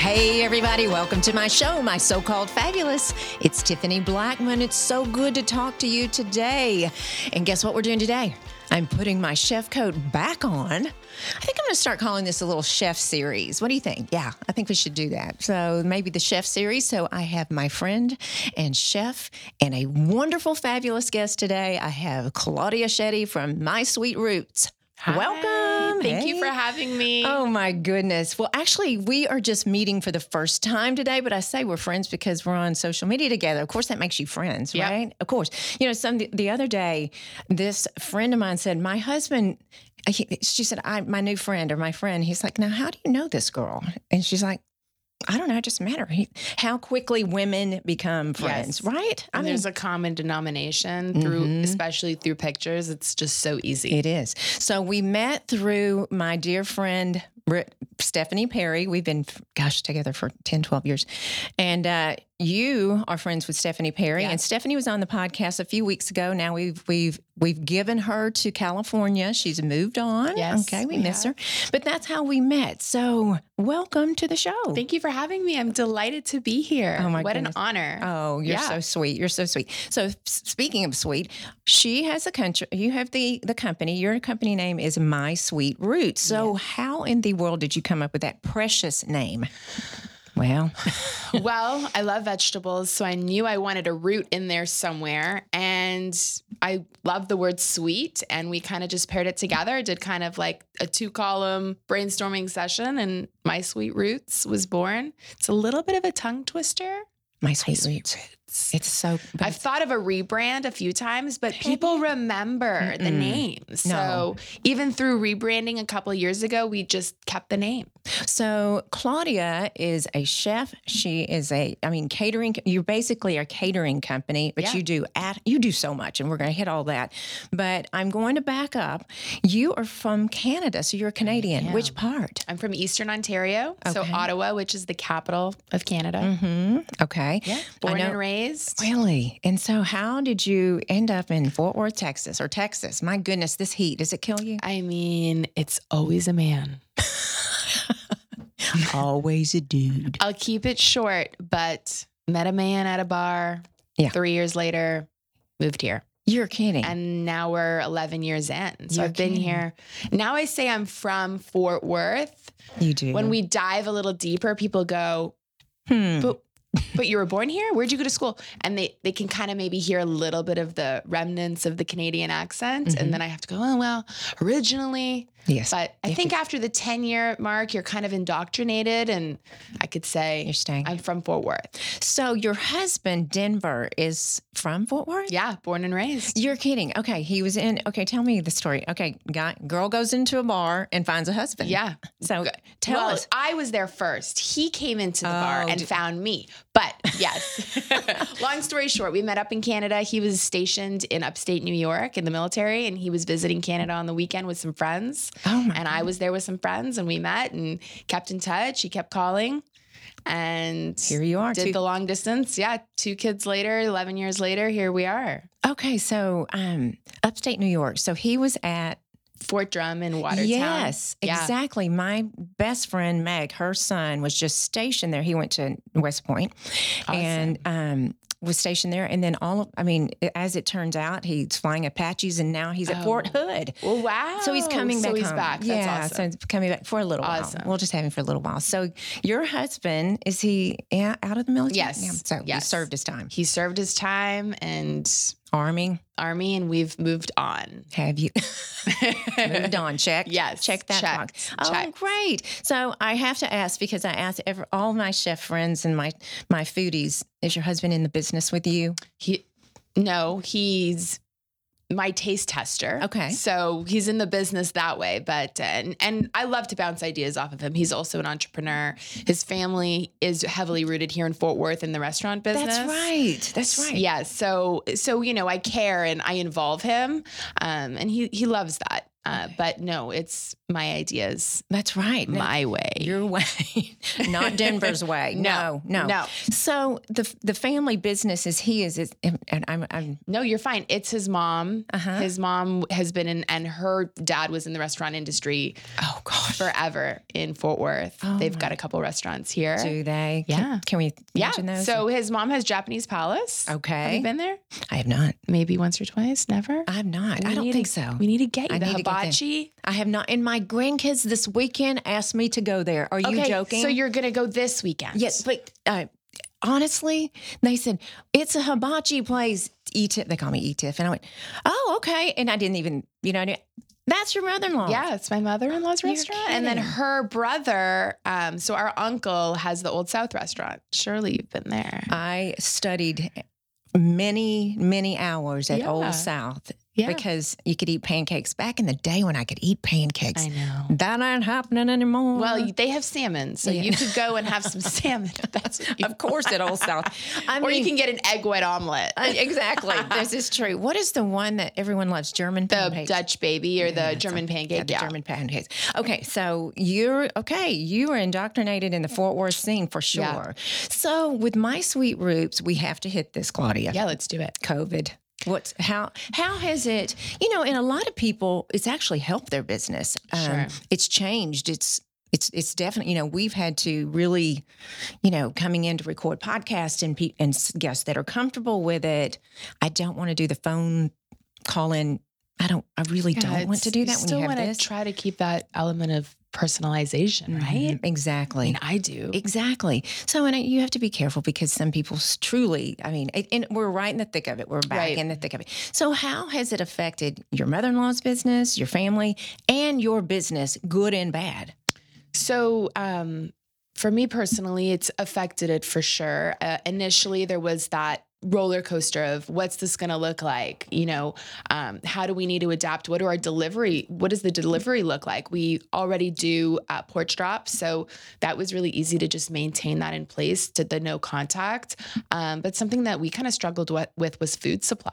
Hey, everybody, welcome to my show, My So Called Fabulous. It's Tiffany Blackman. It's so good to talk to you today. And guess what we're doing today? I'm putting my chef coat back on. I think I'm going to start calling this a little chef series. What do you think? Yeah, I think we should do that. So maybe the chef series. So I have my friend and chef and a wonderful, fabulous guest today. I have Claudia Shetty from My Sweet Roots. Hi. Welcome. Thank you Hey. for having me. Oh my goodness. Well, actually, we are just meeting for the first time today, but I say we're friends because we're on social media together. Of course, that makes you friends, Yep. right? Of course. You know, some the other day, this friend of mine said, "My husband." he- she said, "I my new friend or my friend." He's like, "Now, how do you know this girl?" And she's like. I don't know. I just met her. He, how quickly women become friends, Yes. right? I and there's a common denomination through, Mhm. especially through pictures. It's just so easy. It is. So we met through my dear friend Bri- Stephanie Perry. We've been, gosh, together for 10, 12 years. And uh, you are friends with Stephanie Perry. Yeah. And Stephanie was on the podcast a few weeks ago. Now we've we've we've given her to California. She's moved on. Yes, Okay, we, we miss have. her. But that's how we met. So welcome to the show. Thank you for having me. I'm delighted to be here. Oh, my what goodness. an honor. Oh, you're Yeah. so sweet. You're so sweet. So s- speaking of sweet, she has a country. You have the the company. Your company name is My Sweet Roots. So how in the world did you come up with that precious name? Well, well, I love vegetables, so I knew I wanted a root in there somewhere. And I love the word sweet, and we kind of just paired it together. I did kind of like a two column brainstorming session, and My Sweet Roots was born. It's a little bit of a tongue twister. My Sweet Roots. It's- It's so. but I've thought of a rebrand a few times, but people remember the Mm-mm. name. So No. even through rebranding a couple years ago, we just kept the name. So Claudia is a chef. She is a, I mean, catering. You're basically a catering company, but Yeah. you do at you do so much, and we're going to hit all that. But I'm going to back up. You are from Canada, so you're a Canadian. am. Which part? I'm from Eastern Ontario, so Okay. Ottawa, which is the capital of Canada. hmm Okay. Yeah, I born know- and raised. Really? And so, how did you end up in Fort Worth, Texas, or Texas? My goodness, this heat, does it kill you? I mean, it's always a man. Always a dude. I'll keep it short, but met a man at a bar. Yeah. Three years later, moved here. You're kidding. And now we're 11 years in. So You're I've been kidding. here. Now I say I'm from Fort Worth. you do. When we dive a little deeper, people go, Hmm. but but you were born here? Where'd you go to school? And they they can kind of maybe hear a little bit of the remnants of the Canadian accent. Mhm. And then I have to go, oh well, originally. yes, But I If think after the 10 year mark, you're kind of indoctrinated. And I could you're say staying. I'm from Fort Worth. so, your husband, Denver, is from Fort Worth? Yeah, born and raised. You're kidding. Okay. He was in. Okay. Tell me the story. Okay. Guy, girl goes into a bar and finds a husband. Yeah. So, tell well, us. I was there first. He came into the Oh, bar and d- found me. But yes, long story short, we met up in Canada. He was stationed in upstate New York in the military, and he was visiting Canada on the weekend with some friends. Oh, my. And I was there with some friends, and we met and kept in touch. He kept calling, and Here you are. did two- the long distance. Yeah, two kids later, eleven years later, here we are. okay. So, um, upstate New York. So, he was at Fort Drum in Watertown. Yes, Yeah. exactly. My best friend Meg, her son was just stationed there. He went to West Point and um, was stationed there. And then all of, I mean, as it turns out, he's flying Apaches and now he's at Fort Oh. Hood. Well, wow. So he's coming back. So he's home. back. That's yeah, awesome. so he's coming back for a little Awesome. while. We'll just have him for a little while. So your husband is he yeah, out of the military? Yes. Yeah, so he Yes. served his time. he served his time and Army. army and we've moved on. Have you moved on? Check. Yes. Check that check, box. Oh, check. great! So I have to ask because I asked every, all my chef friends and my my foodies: Is your husband in the business with you? He no, he's my taste tester. Okay. So he's in the business that way, but and and I love to bounce ideas off of him. He's also an entrepreneur. His family is heavily rooted here in Fort Worth in the restaurant business. That's right. That's right. Yeah. So so you know, I care and I involve him. Um and he he loves that. Uh, But no, it's my ideas, That's right. No, my way. Your way, not Denver's way. No, No, no, no. So the the family business is he is, is and I'm I'm No, you're fine. It's his mom. Uh-huh. His mom has been in, and her dad was in the restaurant industry oh gosh. forever in Fort Worth. Oh They've my- got a couple restaurants here. Do they? Can- Yeah. Can, we yeah. mention those? So his mom has Japanese Palace. Have okay. you been there? I have not. Maybe once or twice. Never. I have not. I We don't need think to- so. We need to get you I the need to get there. hibachi. I have not. And my grandkids this weekend asked me to go there. Are you okay, joking? So you're gonna go this weekend? Yes, but uh, honestly, they said it's a hibachi place. ETIF, they call me ETIF, and I went, oh, okay. And I didn't even, you know, I didn't- that's your mother-in-law. Yeah, it's my mother-in-law's You're restaurant, and then kidding. her brother. Um, so our uncle has the Old South restaurant. Surely you've been there. I studied many, many hours at Yeah. Old South yeah, because you could eat pancakes back in the day when I could eat pancakes. I know. That ain't happening anymore. Well, you- they have salmon, so Mm-hmm. Yeah. you could go and have some salmon. if That's what you of course, at Old South. I or you mean- can get an egg white omelet. Uh, exactly. this is true. What is the one that everyone loves? German the pancakes. Dutch baby or Yeah, the German pancake. Yeah, the German pancakes. Okay, so you're okay. You are indoctrinated in the Fort Worth scene for sure. Yeah. So with my sweet roots, we have to hit this, Claudia. Yeah, let's do it. COVID. What's how how has it? You know, and a lot of people, it's actually helped their business. Um, Sure. It's changed. It's it's it's definitely you know we've had to really, you know, coming in to record podcasts and pe- and s- guests that are comfortable with it. I don't want to do the phone call in. I don't. I really don't want to do that when still you have want this. to try to keep that element of personalization, Mhm, right? Exactly. I mean, I do. Exactly. So, and I- you have to be careful because some people s- truly, I mean, it, and we're right in the thick of it. We're back Right. in the thick of it. So, how has it affected your mother in law's business, your family, and your business, good and bad? So, um, for me personally, it's affected it for sure. Uh, initially, there was that roller coaster of what's this going to look like? You know, um, how do we need to adapt? What do our delivery? What does the delivery look like? We already do uh, porch drop, so that was really easy to just maintain that in place to the no contact. Um, but something that we kind of struggled with, with was food supply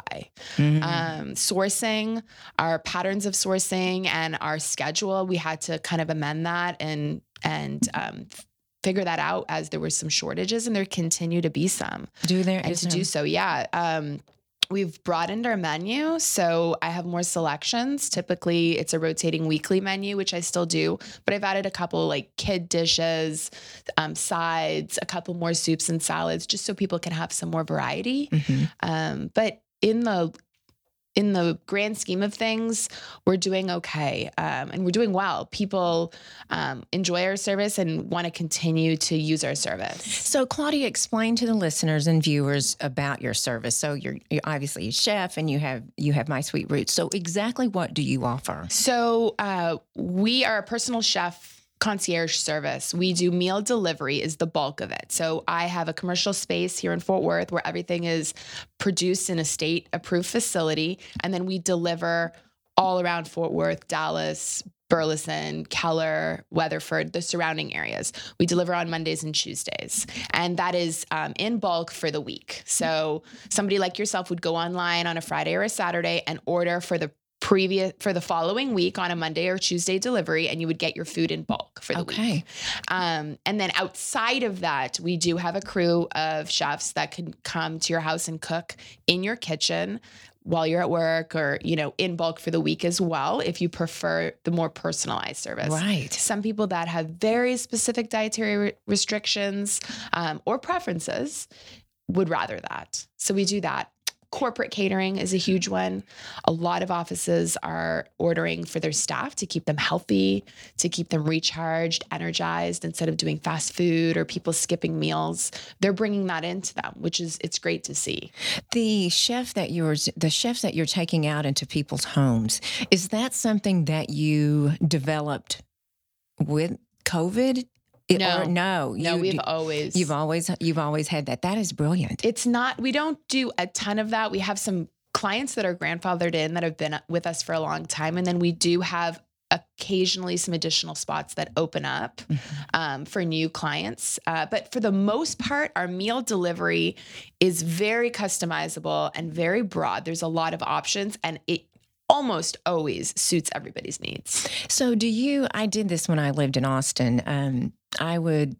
Uh, Mm-hmm. um, sourcing, our patterns of sourcing, and our schedule. We had to kind of amend that and and um, f- figure that out as there were some shortages, and there continue to be some. do there And is to no- do so, yeah. Um, We've broadened our menu, so I have more selections. Typically, it's a rotating weekly menu, which I still do, but I've added a couple like kid dishes, um, sides, a couple more soups and salads, just so people can have some more variety. Mhm. Um, but in the in the grand scheme of things, we're doing okay, um, and we're doing well. People um, enjoy our service and want to continue to use our service. So, Claudia, explain to the listeners and viewers about your service. So, you're, you're obviously a chef, and you have you have My Sweet Roots. So, exactly what do you offer? So uh, we are a personal chef concierge service. We do meal delivery is the bulk of it. So I have a commercial space here in Fort Worth where everything is produced in a state approved facility and then we deliver all around Fort Worth, Dallas, Burleson, Keller, Weatherford, the surrounding areas. We deliver on Mondays and Tuesdays. And that is um, in bulk for the week. So somebody like yourself would go online on a Friday or a Saturday and order for the previous for the following week on a Monday or Tuesday delivery and you would get your food in bulk for the week. Okay. Um, and then outside of that, we do have a crew of chefs that can come to your house and cook in your kitchen while you're at work or, you know, in bulk for the week as well, if you prefer the more personalized service. Right. Some people that have very specific dietary re- restrictions um, or preferences would rather that. So we do that. Corporate catering is a huge one. A lot of offices are ordering for their staff to keep them healthy, to keep them recharged, energized instead of doing fast food or people skipping meals. They're bringing that into them, which is it's great to see. The chef that you're the chef that you're taking out into people's homes is that something that you developed with COVID? It- No. or no, No, you, we've always you've always you've always had that. That is brilliant. It's not, we don't do a ton of that. We have some clients that are grandfathered in that have been with us for a long time. And then we do have occasionally some additional spots that open up um, for new clients. Uh, but for the most part, our meal delivery is very customizable and very broad. There's a lot of options and it almost always suits everybody's needs. So, do you? I did this when I lived in Austin. Um, I would,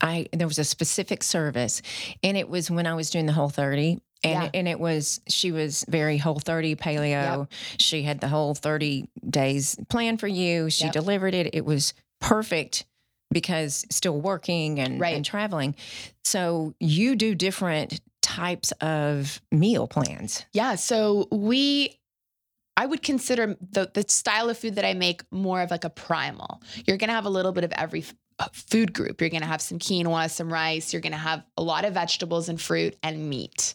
I there was a specific service, and it was when I was doing the Whole 30. And, Yeah. and it was she was very whole 30 paleo she had the whole 30 days plan for you she Yep. delivered it it was perfect because still working and, Right. and traveling so you do different types of meal plans Yeah. So we, I would consider the, the style of food that I make more of like a primal. You're going to have a little bit of every f- uh, food group. You're going to have some quinoa, some rice. You're going to have a lot of vegetables and fruit and meat.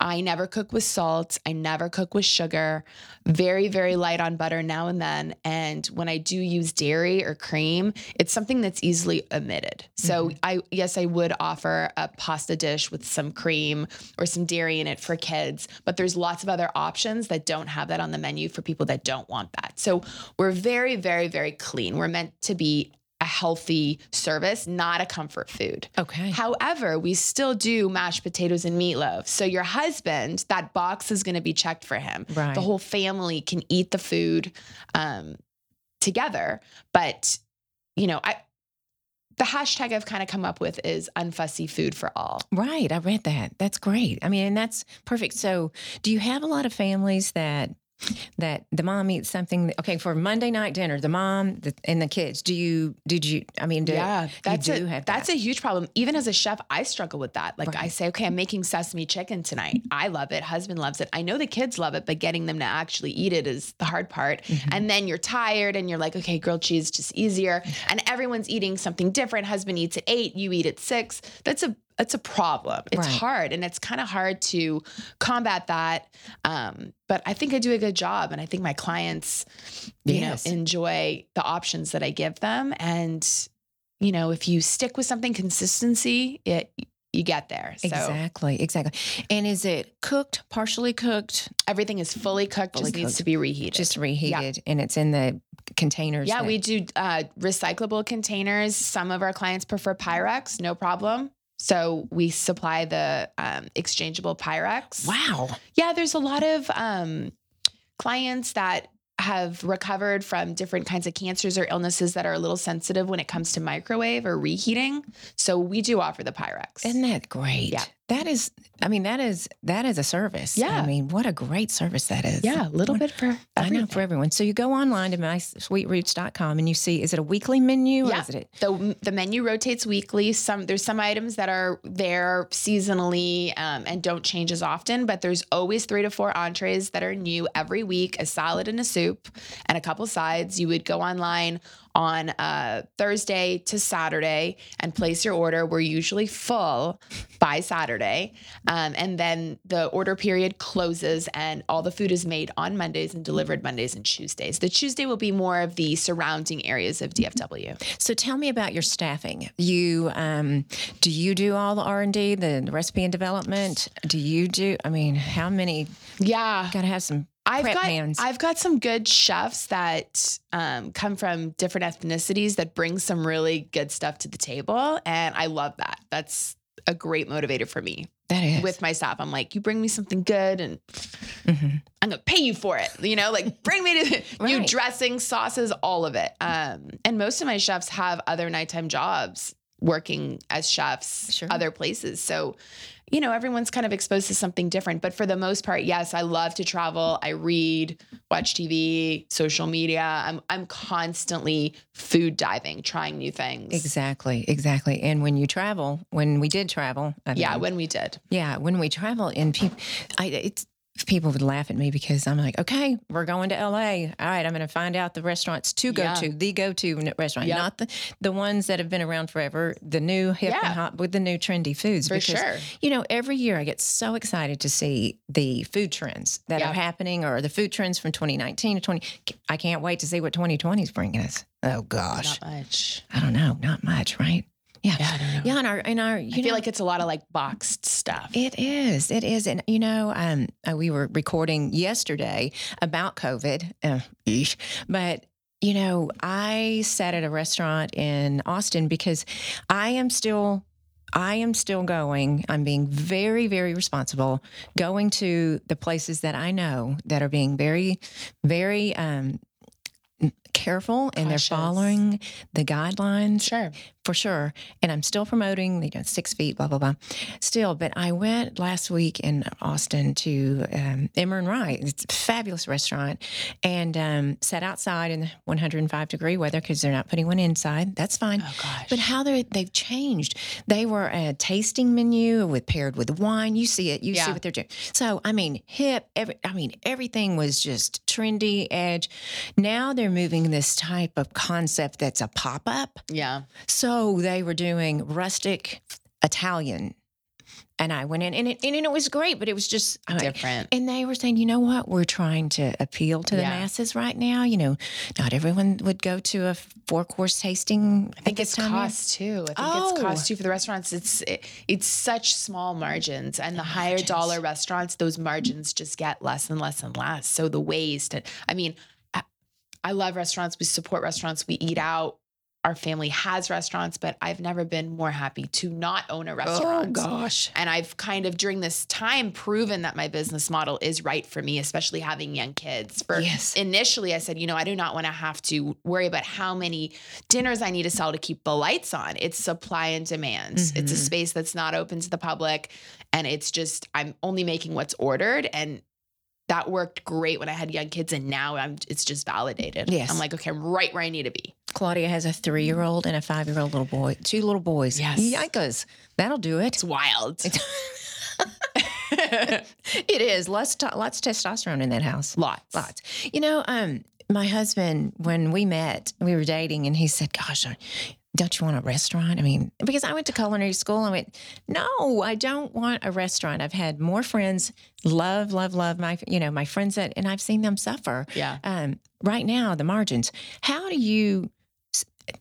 I never cook with salt. I never cook with sugar. Very, very light on butter now and then. And when I do use dairy or cream, it's something that's easily omitted. So I, yes, I would offer a pasta dish with some cream or some dairy in it for kids, but there's lots of other options that don't have that on the menu for people that don't want that. So we're very, very, very clean. We're meant to be a healthy service, not a comfort food. okay However, we still do mashed potatoes and meatloaf. So your husband, that box is going to be checked for him. Right. The whole family can eat the food um, together. But you know, I the hashtag I've kind of come up with is unfussy food for all. Right. I read that. That's great. I mean, and that's perfect. So, do you have a lot of families that that the mom eats something okay for Monday night dinner, the mom the, and the kids. Do you did you I mean, do, yeah, that's do a, have that's that. a huge problem. Even as a chef, I struggle with that. Like I Right. say, okay, I'm making sesame chicken tonight. I love it. Husband loves it. I know the kids love it, but getting them to actually eat it is the hard part. Mhm. And then you're tired and you're like, okay, grilled cheese is just easier. And everyone's eating something different. Husband eats at eight, you eat at six. That's a that's a problem. It's Right. hard and it's kind of hard to combat that. Um, but I think I do a good job and I think my clients, you Yes. know, enjoy the options that I give them. And, you know, if you stick with something consistency, it you get there. So Exactly. Exactly. And is it cooked, partially cooked, everything is fully cooked, Fully just needs cooked. to be reheated. just reheated and it's in the containers? Yeah, that- we do uh, recyclable containers. Some of our clients prefer Pyrex, no problem. So we supply the um, exchangeable Pyrex. Wow. Yeah, there's a lot of um, clients that have recovered from different kinds of cancers or illnesses that are a little sensitive when it comes to microwave or reheating. So we do offer the Pyrex. Isn't that great? Yeah. That is I mean, that is that is a service. Yeah. I mean, what a great service that is. yeah, a little bit for I know everything. for everyone. So you go online to mysweetroots.com and you see is it a weekly menu or Yeah. is it the the menu rotates weekly. Some there's some items that are there seasonally um, and don't change as often, but there's always three to four entrees that are new every week: a salad and a soup, and a couple sides. You would go online on uh, Thursday to Saturday and place your order. We're usually full by Saturday, um, and then the order period closes, and all the food is made on Mondays and delivered Mondays and Tuesdays. The Tuesday will be more of the surrounding areas of DFW. So tell me about your staffing. You um, do you do all the R and D, the recipe and development? Do you do? I mean, how many? Yeah. Got to have some. I've prep got hands. I've got some good chefs that um, come from different ethnicities that bring some really good stuff to the table, and I love that. That's a great motivator for me That is with my staff. I'm like, you bring me something good, and Mhm. I'm gonna pay you for it. You know, like bring me to new Right. dressing, sauces, all of it. Um, and most of my chefs have other nighttime jobs working as chefs Sure. other places. So, you know, everyone's kind of exposed to something different. But for the most part, yes, I love to travel. I read, watch TV, social media. I'm I'm constantly food diving, trying new things. exactly exactly. And when you travel, when we did travel, I Yeah, mean, when we did. yeah, when we travel, and people, I it's. People would laugh at me because I'm like, okay, we're going to LA. All right, I'm going to find out the restaurants to go Yeah. to, the go to restaurant, Yep. not the the ones that have been around forever, the new hip Yeah. and hop with the new trendy foods. For sure. You know, every year I get so excited to see the food trends that Yeah. are happening or the food trends from 2019 to 20. I can't wait to see what 2020 is bringing us. Oh, gosh. Not much. I don't know. Not much, right? Yeah. Yeah, I don't know. Yeah. And our, and our, you I know, feel like it's a lot of like boxed stuff. it is. It is. And, you know, um, uh, we were recording yesterday about COVID, uh, eesh. but, you know, I sat at a restaurant in Austin because I am still I am still going. I'm being very, very responsible, going to the places that I know that are being very, very um, careful and they're Cautious. following the guidelines Sure. for sure. And I'm still promoting, you know, six feet, blah, blah, blah. Still, but I went last week in Austin to um, Emmer and Wright. It's a fabulous restaurant and um, sat outside in the 105 degree weather because they're not putting one inside. That's fine. Oh gosh. But how they they've changed. They were a tasting menu with paired with wine. You see it. You see Yeah. what they're doing. So I mean, hip. Every I mean, everything was just trendy edge. Now they're moving this type of concept that's a pop up. yeah. So they were doing rustic Italian, and I went in, and it and it was great, but it was just I- Different. and they were saying, you know what? We're trying to appeal to the Yeah. masses right now. You know, not everyone would go to a four course tasting. I think it's cost too. I think Oh. it's cost too for the restaurants. It's it, it's such small margins, Oh, and the higher Margins. dollar restaurants, those margins just get less and less and less. So the waste. And, I mean, I, I love restaurants. We support restaurants. We eat out. Our family has restaurants, but I've never been more happy to not own a restaurant. Oh, gosh. And I've kind of during this time proven that my business model is right for me, especially having young kids. For Yes. initially, I said, you know, I do not want to have to worry about how many dinners I need to sell to keep the lights on. It's supply and demand. It's Mhm. a space that's not open to the public, and it's just I'm only making what's ordered and. That worked great when I had young kids, and now I'm, it's just validated. Yes. I'm like, okay, I'm right where I need to be. Claudia has a three year old and a five year old little boy, two little boys. Yes. Yikes. That'll do it. It's wild. it is. Lots, to- lots of testosterone in that house. Lots. Lots. You know, um, my husband, when we met, we were dating, and he said, Gosh, I- don't you want a restaurant? I mean, because I went to culinary school, I went, No, I don't want a restaurant. I've had more friends love, love, love my, you know, my friends that, and I've seen them suffer. Yeah. Um, right now, the margins. How do you,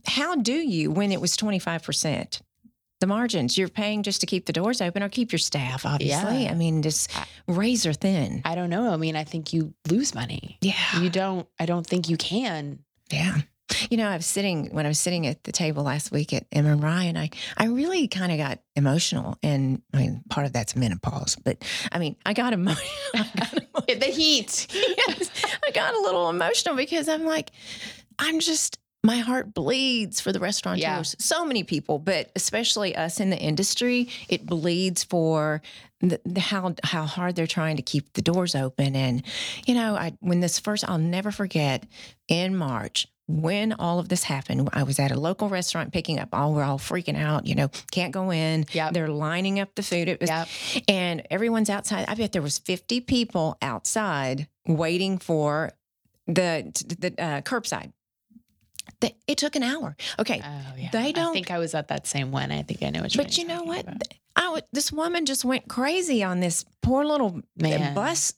how do you, when it was 25%? The margins you're paying just to keep the doors open or keep your staff, obviously. Yeah. I mean, just razor thin. I don't know. I mean, I think you lose money. Yeah. You don't, I don't think you can. Yeah. You know, I was sitting when I was sitting at the table last week at MMRI, and I I really kind of got emotional. And I mean, part of that's menopause, but I mean, I got emo- I got emo- The heat. yes, I got a little emotional because I'm like, I'm just my heart bleeds for the restaurateurs. Yeah. So many people, but especially us in the industry, it bleeds for the, the how how hard they're trying to keep the doors open. And you know, I when this first, I'll never forget in March. When all of this happened, I was at a local restaurant picking up. All we're all freaking out, you know, can't go in. Yep. They're lining up the food. It was Yep. and everyone's outside. I bet there was 50 people outside waiting for the the uh, curbside. Th- It took an hour. Okay, Oh, yeah. They I don't- think I was at that same one. I think I know which one. but you you're know talking what? about. I w- this woman just went crazy on this poor little uh, Man. bus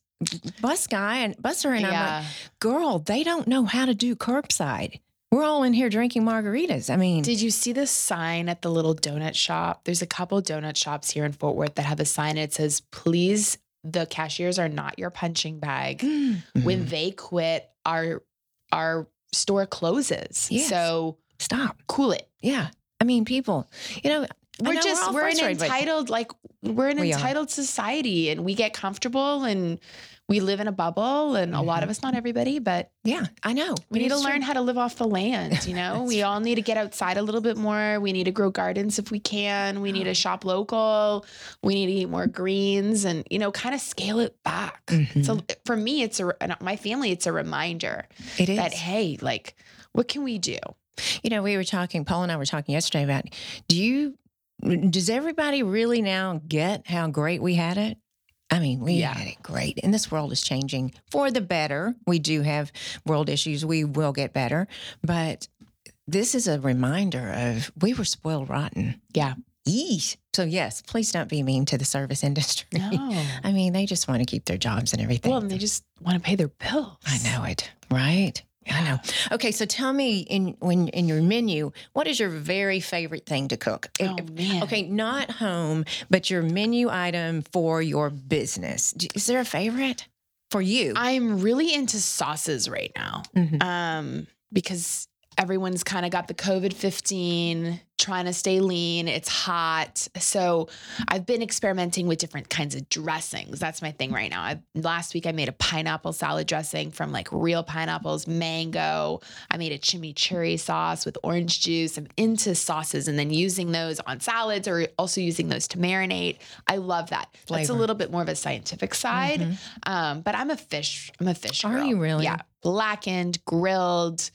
bus guy and busser, and I'm like, yeah. girl, they don't know how to do curbside. We're all in here drinking margaritas. I mean, Did you see the sign at the little donut shop? There's a couple donut shops here in Fort Worth that have a sign that says, please, the cashiers are not your punching bag. mm, When they quit, our our store closes. Yes. So stop. cool it. Yeah, I mean, people. You know, I we're know just all we're, an frustrated, but- entitled like we're an We are. entitled society and we get comfortable and we live in a bubble and a lot of us not everybody but Yeah, I know. we need to It's true. learn how to live off the land you know That's we all need to get outside a little bit more we need to grow gardens if we can we need Uh-huh. to shop local we need to eat more greens and you know kind of scale it back Mhm. so for me it's a and my family it's a reminder It is. that hey like what can we do you know, we were talking, Paul and I were talking yesterday about do you, does everybody really now get how great we had it? I mean, we Yeah. had it great. And this world is changing for the better. We do have world issues. We will get better. But this is a reminder of we were spoiled rotten. Yeah. Yeesh. So, yes, please don't be mean to the service industry. I mean, they just want to keep their jobs and everything. well and they just want to pay their bills I know it, right? I know. Okay, so tell me in when in your menu, what is your very favorite thing to cook? If- Oh, if- man. Okay, not home, but your menu item for your business. D- Is there a favorite for you? I'm really into sauces right now. Mhm. Um, because everyone's kind of got the COVID 15 trying to stay lean. It's hot. So I've been experimenting with different kinds of dressings. That's my thing right now. I, last week I made a pineapple salad dressing from like real pineapples, mango. I made a chimichurri sauce with orange juice. I'm into sauces and then using those on salads or also using those to marinate. I love that. That's a Flavor. little bit more of a scientific side. Mm-hmm. Um, but I'm a fish. I'm a fish. Are girl. you really? Yeah blackened, grilled,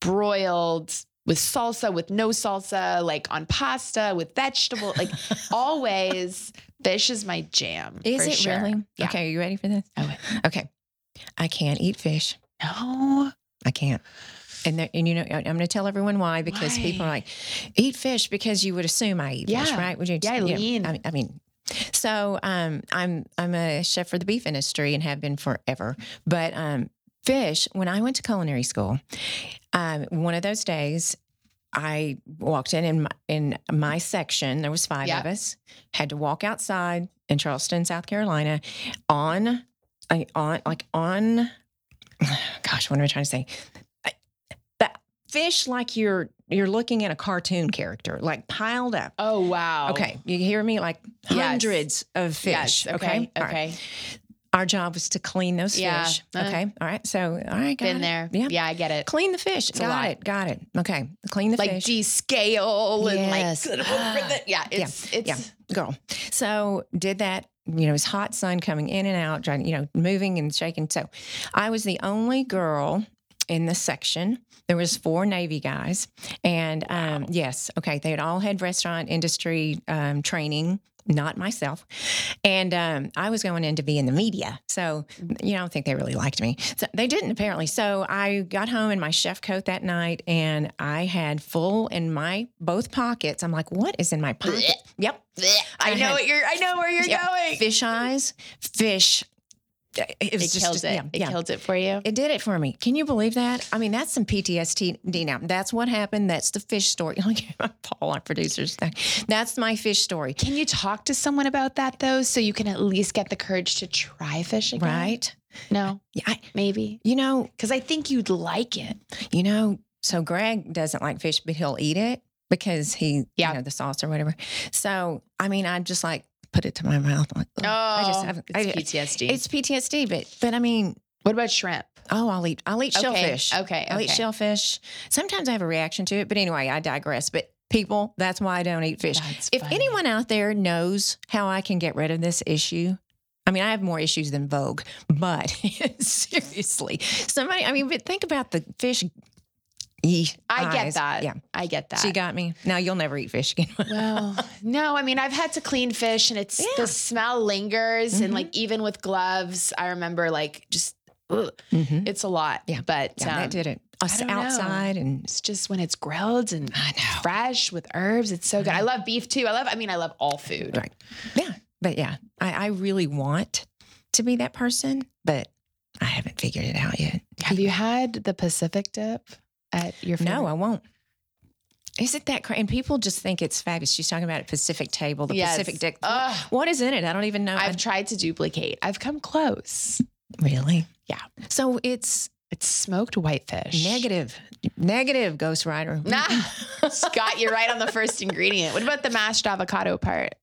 broiled with salsa, with no salsa, like on pasta, with vegetable, like always. Fish is my jam. Is for it sure. really? Yeah. Okay, are you ready for this? Okay. Okay. I can't eat fish. No. I can't. And, there, and you know, I- I'm going to tell everyone why because people are Why? like, eat fish because you would assume I eat fish, Yeah. right? Would you? Yeah, you know, lean. I, I mean, so um, I'm I'm a chef for the beef industry and have been forever. But um, fish, when I went to culinary school, um, one of those days, I walked in in my, in my section. There was five Yeah. of us. Had to walk outside in Charleston, South Carolina, on I- on like on. Gosh, what am I trying to say? I- that Fish like you're you're looking at a cartoon character, like piled up. Oh wow. Okay, you hear me? Like Yes. hundreds of fish. Yes. Okay. Okay. All right. Our job was to clean those Yeah. fish. Uh. Okay. All right. So, all right, got Been it. there. Yeah. Yeah, I get it. Clean the fish. a got lot. it. Got it. Okay. Clean the Like fish. descale and Yes. like over the- yeah, it's it's girl. So did that, you know, it was hot sun coming in and out, trying, you know, moving and shaking. So I was the only girl in the section. There was four Navy guys. And um, yes, okay, they had all had restaurant industry um, training. Not myself. And um, I was going in to be in the media. So, you know, I don't think they really liked me. So they didn't apparently. So I got home in my chef coat that night and I had full in my both pockets. I'm like, what is in my pocket? Yep bleh. I, I know had- what you're I know where you're Yeah. going. fish eyes, fish. It was It just, killed it. Yeah, it yeah. killed it for you. It did it for me. Can you believe that? I mean, that's some PTSD now. That's what happened. That's the fish story. Paul, our producer's thing. That's my fish story. Can you talk to someone about that though, so you can at least get the courage to try fish again? Right? No, Yeah. I, maybe you know, because I think you'd like it. you know, so Greg doesn't like fish, but he'll eat it because he, Yeah. you know, the sauce or whatever. So, I mean, I just like put it to my mouth. Like, ugh. Oh, I just haven't. I- it's PTSD. Oh, it's PTSD, but, but I mean, what about shrimp? oh, I'll eat, I'll eat shellfish. Okay. Okay. I'll eat shellfish. Sometimes I have a reaction to it, but anyway, I digress. But people, that's why I don't eat fish. That's if funny. anyone out there knows how I can get rid of this issue, I mean, I have more issues than Vogue, but seriously, somebody, I mean, but think about the fish. I I get that. Yeah. I get that. She got me. Now you'll never eat fish again. well, no, I mean I've had to clean fish, and it's Yeah. the smell lingers, and Mhm. like even with gloves, I remember like just ugh, Mhm. it's a lot. Yeah. but Yeah, um, that did it. Us Mm-hmm. don't know. outside and it's just when it's grilled and I know. fresh with herbs, it's so good. Mm-hmm. I love beef too. I love. I mean, I love all food. Right. Yeah. But yeah, I, I really want to be that person, but I haven't figured it out yet. Have you had the Pacific dip at your? No, I won't. Is it that crazy? And people just think it's fabulous. She's talking about a Pacific table, the Yes. Pacific deck. Ugh. what is in it? I don't even know. I've tried to duplicate. I've come close. I- really? Yeah. So it's It's smoked whitefish. negative, negative Ghost Rider. Nah. Scott, you're right on the first ingredient. What about the mashed avocado part?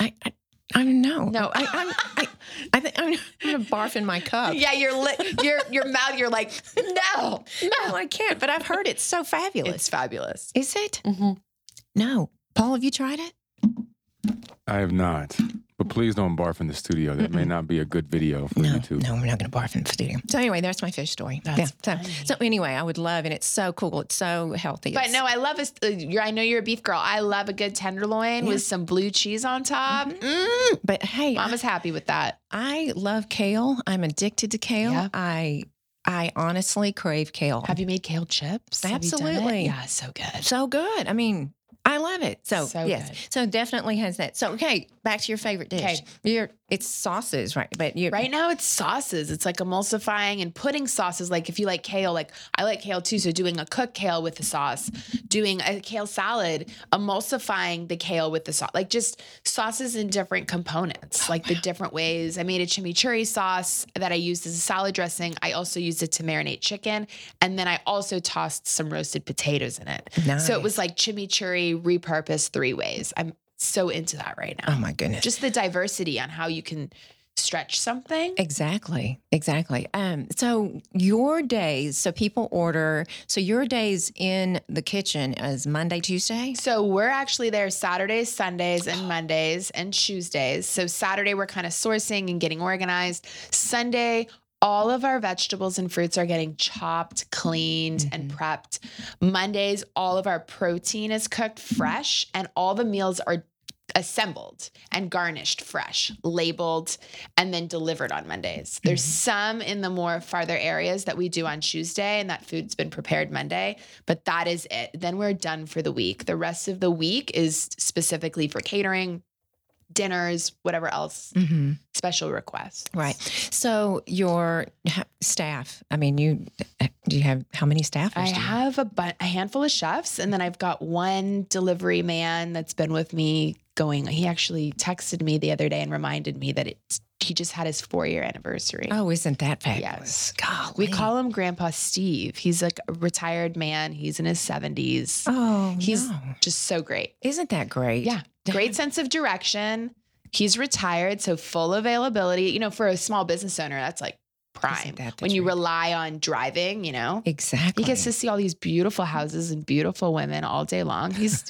I, I, I don't know. No. I, I'm, I, I think I'm, I'm gonna barf in my cup. Yeah, your li- your your mouth. You're like, no, No, I can't. But I've heard it's so fabulous. it's Mm-hmm. fabulous. is it? No. Paul, have you tried it? I have not. But please don't barf in the studio. That may not be a good video for No, YouTube. no, we're not going to barf in the studio. So anyway, that's my fish story. That's yeah. So, funny. so anyway, I would love, and it's so cool. It's so healthy. But It's- no, I love a. s- Uh, you're, I know you're a beef girl. I love a good tenderloin with some blue cheese on top. Mm, But hey, Mama's happy with that. I love kale. I'm addicted to kale. Yeah. I I honestly crave kale. Have you made kale chips? Have you done it? Absolutely. Yeah, so good. so good. I mean, I love it. So, So yes. good. So definitely has that. So okay, back to your favorite dish. Okay. Your It's sauces, right? But you Right now it's sauces. It's like emulsifying and putting sauces. Like if you like kale, like I like kale too. So doing a cooked kale with the sauce, doing a kale salad, emulsifying the kale with the sauce, like just sauces in different components, like the different ways. I made a chimichurri sauce that I used as a salad dressing. I also used it to marinate chicken. And then I also tossed some roasted potatoes in it. So it was like chimichurri repurposed three ways. I'm so into that right now Oh my goodness. just the diversity on how you can stretch something. Exactly. Exactly. Um, so your days, so people order, so your days in the kitchen is Monday, Tuesday? So we're actually there Saturdays, Sundays, and Mondays and Tuesdays. So Saturday we're kind of sourcing and getting organized. Sunday all of our vegetables and fruits are getting chopped, cleaned, and prepped. Mondays, all of our protein is cooked fresh, and all the meals are assembled and garnished fresh, labeled, and then delivered on Mondays. Mm-hmm. There's some in the more farther areas that we do on Tuesday, and that food's been prepared Monday, but that is it. Then we're done for the week. The rest of the week is specifically for catering, dinners, whatever else, Mm-hmm. special requests. Right. So your ha- staff, I mean, you, do you have, how many staffers I do you have a, bu- a handful of chefs, and then I've got one delivery man that's been with me going. He actually texted me the other day and reminded me that it's, he just had his four year anniversary. Oh, isn't that fabulous? Golly. We call him Grandpa Steve. He's like a retired man, he's in his 70s. Oh, He's no. just so great. Isn't that great? Yeah. Great sense of direction. He's retired, so full availability. You know, for a small business owner, that's like prime. that the when you truth? rely on driving, you know, Exactly. he gets to see all these beautiful houses and beautiful women all day long. He's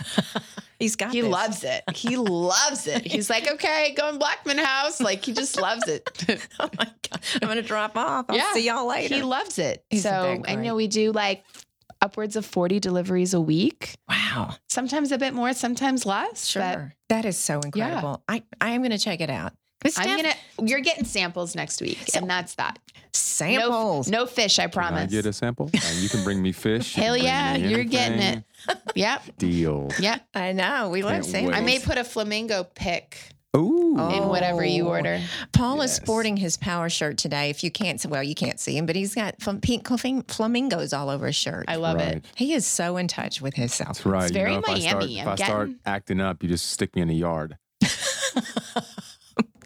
he's got he this. loves it. He loves it. He's like, okay, go in Blackman House. Like he just loves it. Oh my God. I'm going to drop off. I'll Yeah. see y'all later. he loves it. Isn't so that I great? know we do like upwards of 40 deliveries a week, wow. sometimes a bit more, sometimes less. Sure. but that is so incredible. I, I am going to check it out. But Steph, I'm gonna. You're getting samples next week, and that's that. No- samples. No, fish, I Can I promise. get a sample? And you can bring me fish. you Hell can bring yeah, me you're getting anything. it. Yep, Deal. yep. I know. We love Can't samples. wait. I may put a flamingo pick Ooh. Oh. in whatever you order. Paul is Yes. sporting his power shirt today. If you can't, well, you can't see him, but he's got fl- pink flam- flamingos all over his shirt. I love right. it. he is so in touch with himself. That's right. It's You very know, if I start, Miami. if I'm I start getting- acting up, you just stick me in the yard.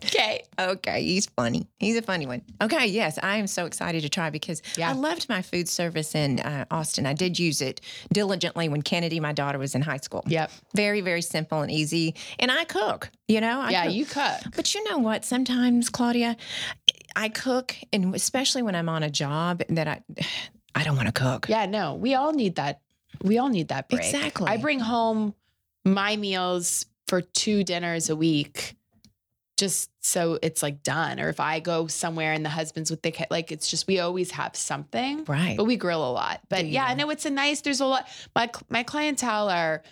Okay. Okay, he's funny. He's a funny one. Okay, yes, I am so excited to try because Yeah. I loved my food service in uh, Austin. I did use it diligently when Kennedy, my daughter, was in high school. Yep. Very, very simple and easy. And I cook, you know? I yeah, cook. you cook. But you know what? Sometimes, Claudia, I cook, and especially when I'm on a job that I, I don't want to cook. Yeah, no, we all need that. We all need that break. Exactly. I bring home my meals for two dinners a week, just so it's like done. Or if I go somewhere and the husband's with the kid, like it's just we always have something. Right. But we grill a lot. But Do yeah, I you? know it's a nice. There's a lot. My cl- my clientele are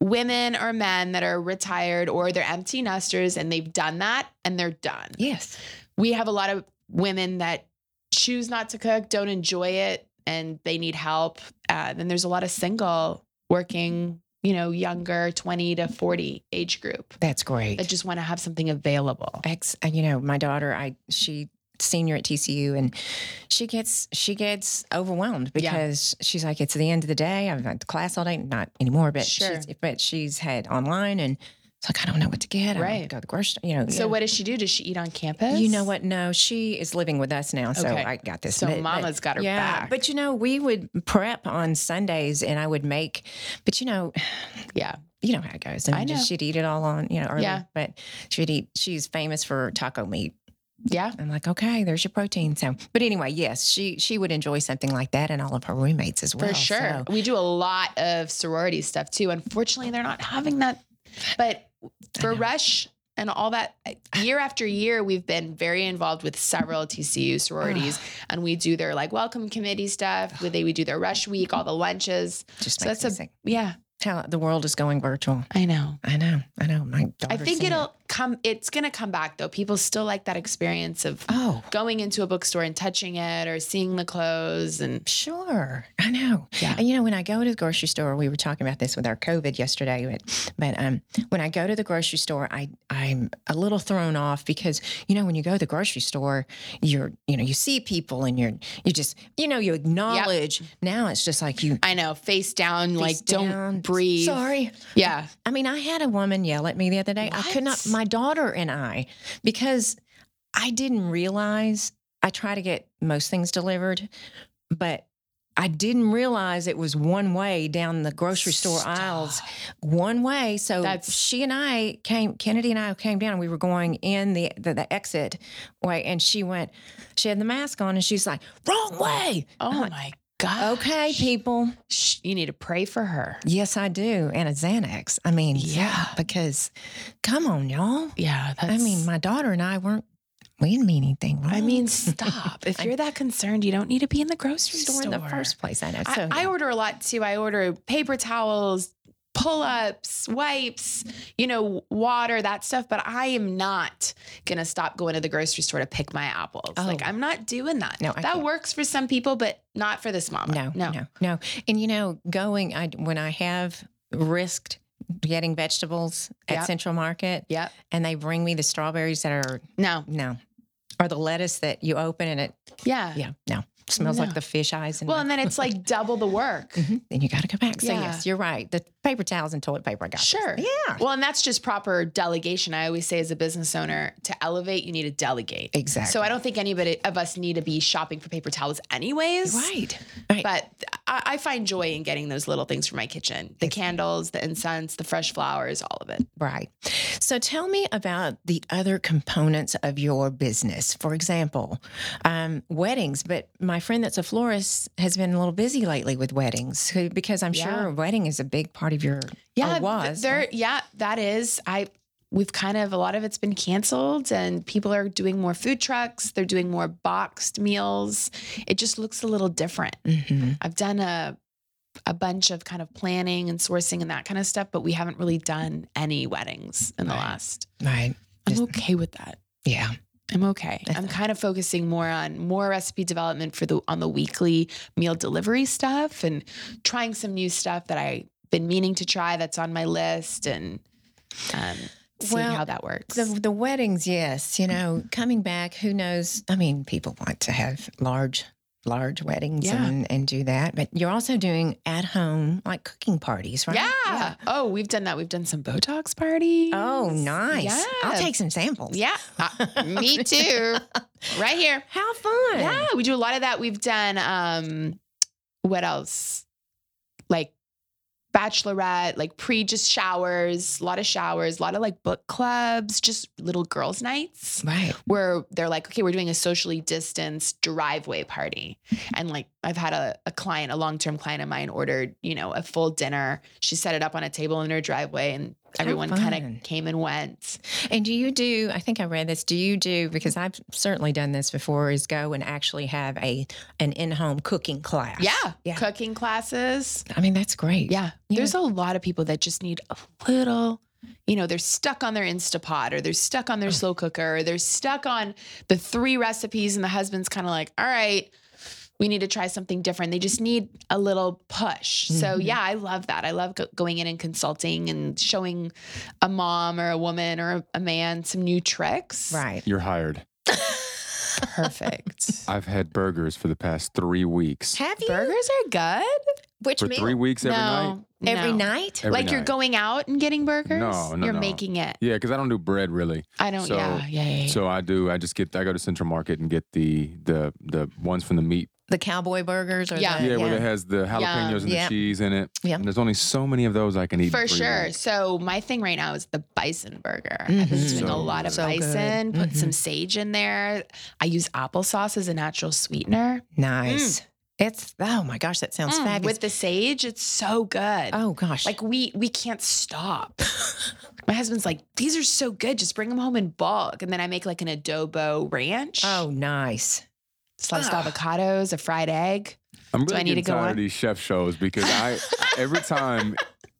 women or men that are retired or they're empty nesters and they've done that and they're done Yes. we have a lot of women that choose not to cook, don't enjoy it, and they need help. Uh, then there's a lot of single working, you know, younger 20 to 40 age group That's great. that just want to have something available. ex uh, you know my daughter i she senior at tcu and she gets she gets overwhelmed Yeah. because she's like it's the end of the day i've had class all day not anymore but Sure. she's but she's had online and it's like i don't know what to get i don't Right. go to the grocery you know So what does she do? Does she eat on campus? you know what no she is living with us now so Okay. i got this So but- but- mama's got her yeah, back. but you know, we would prep on Sundays, and I would make. But you know, yeah. you know how it goes. And I Just, know. she'd eat it all on, you know, early. Yeah. But she'd eat. She's famous for taco meat, Yeah. I'm like, okay, there's your protein. So, but anyway, yes, she she would enjoy something like that, and all of her roommates as For well. sure. So, We do a lot of sorority stuff too. Unfortunately, they're not having that. But for Rush and all that, year after year, we've been very involved with several TCU sororities and we do their like welcome committee stuff. Where they, we do their Rush week, all the lunches. just So makes that's a, me sick. yeah, How the world is going virtual. I know. I know. I know. My I think it'll come it's gonna come back though. People still like that experience of Oh, going into a bookstore and touching it or seeing the clothes and Sure, I know. Yeah. And you know, when I go to the grocery store, we were talking about this with our COVID yesterday, but but um, when I go to the grocery store, I I'm a little thrown off because you know when you go to the grocery store, you're you know you see people and you're you just you know you acknowledge. Now it's just like you I know, face down, face like down, don't breathe. Sorry, Yeah. I mean, I had a woman yell at me the other day. I could not, my What? daughter and I, because I didn't realize I try to get most things delivered, but I didn't realize it was one way down the grocery store aisles, one way. So That's- she and I came, Kennedy and I came down, we were going in the, the, the exit way, and she went, she had the mask on, and she's like, wrong way. Oh my God. Okay, people. Shh, You need to pray for her. Yes, I do. And a Xanax. I mean, yeah, Yeah. because come on, y'all. Yeah. That's I mean, my daughter and I weren't, we didn't mean anything wrong. I mean, stop. if you're that concerned, you don't need to be in the grocery store, in the first place, I know. I, So, I yeah. order a lot too. I order paper towels, pull ups, wipes, you know, water, that stuff. But I am not going to stop going to the grocery store to pick my apples. Oh. Like, I'm not doing that. No, I that can't. works for some people, but not for this mama. no, no, no, no. And you know, going, I, when I have risked getting vegetables at Yep. Central Market Yep. and they bring me the strawberries that are, No. no, or the lettuce that you open and it, Yeah. yeah, no, smells like No. the fish eyes. And Well, and then it's like double the work. then you got to go back. So, Yeah. yes, you're right. The paper towels and toilet paper, I got. this. Sure. Yeah. Well, and that's just proper delegation. I always say, as a business owner, to elevate, you need to delegate. Exactly. So I don't think anybody of us need to be shopping for paper towels, anyways. Right. Right. But I, I find joy in getting those little things for my kitchen the candles, the incense, the fresh flowers, all of it. Right. So tell me about the other components of your business. For example, um, weddings. But my friend that's a florist has been a little busy lately with weddings who- because I'm Yeah. sure a wedding is a big part of your. Yeah, or was. Uh, th- there. Yeah, that is. I we've kind of a lot of it's been canceled, and people are doing more food trucks. They're doing more boxed meals. It just looks a little different. Mhm. I've done a a bunch of kind of planning and sourcing and that kind of stuff, but we haven't really done any weddings in the Right. last. Right. I'm Just- okay with that. Yeah. I'm okay. That's I'm kind of focusing more on more recipe development for the on the weekly meal delivery stuff and trying some new stuff that I've been meaning to try that's on my list and um, seeing Well, how that works. The, the weddings, yes. You know, coming back, who knows? I mean, people want to have large, large weddings Yeah. and, and do that. But you're also doing at home, like cooking parties, right? yeah. Oh, we've done that. We've done some Botox parties. Oh, nice. Yeah. I'll take some samples. Yeah. Uh, me too. Right here. How fun. Yeah, we do a lot of that. We've done um what else? Like bachelorette, like pre just showers, a lot of showers, a lot of like book clubs, just little girls nights Right. where they're like, okay, we're doing a socially distanced driveway party. And like I've had a, a client, a long-term client of mine ordered, you know, a full dinner. She set it up on a table in her driveway and everyone fun. kind of came and went. And do you do, I think I read this, do you do, because I've certainly done this before, is go and actually have a an in home cooking class. Yeah. Yeah. Cooking classes. I mean, that's great. Yeah. Yeah. There's a lot of people that just need a little, you know, they're stuck on their Instapot or they're stuck on their slow cooker or they're stuck on the three recipes and the husband's kind of like, all right, we need to try something different. They just need a little push. So, Mhm. yeah, I love that. I love go- going in and consulting and showing a mom or a woman or a, a man some new tricks. Right. You're hired. Perfect. I've had burgers for the past three weeks. Have you? Burgers are good. Which for meal? three weeks every night. Every no. night? Every like you're night. going out and getting burgers? No, no, You're no. making it. Yeah, because I don't do bread really. I don't. So- yeah, yeah, yeah, yeah. So I do. I just get. I go to Central Market and get the the the ones from the meat. The cowboy burgers or Yeah. the, Yeah, where it has the jalapenos Yum. and the Yep. cheese in it. Yep. And there's only so many of those I can eat. in For three sure. weeks. So my thing right now is the bison burger. I've been Mhm. doing a So lot of good. So good. bison. Put Mhm. some sage in there. I use applesauce as a natural sweetener. Nice. It's, oh my gosh, that sounds Mm, fabulous. With the sage, it's so good. oh gosh. Like we we can't stop. my husband's like, these are so good. Just bring them home in bulk, and then I make like an adobo ranch. oh, nice. sliced ah. avocados, a fried egg. I'm Do really I need to getting go tired on? of these chef shows because I every time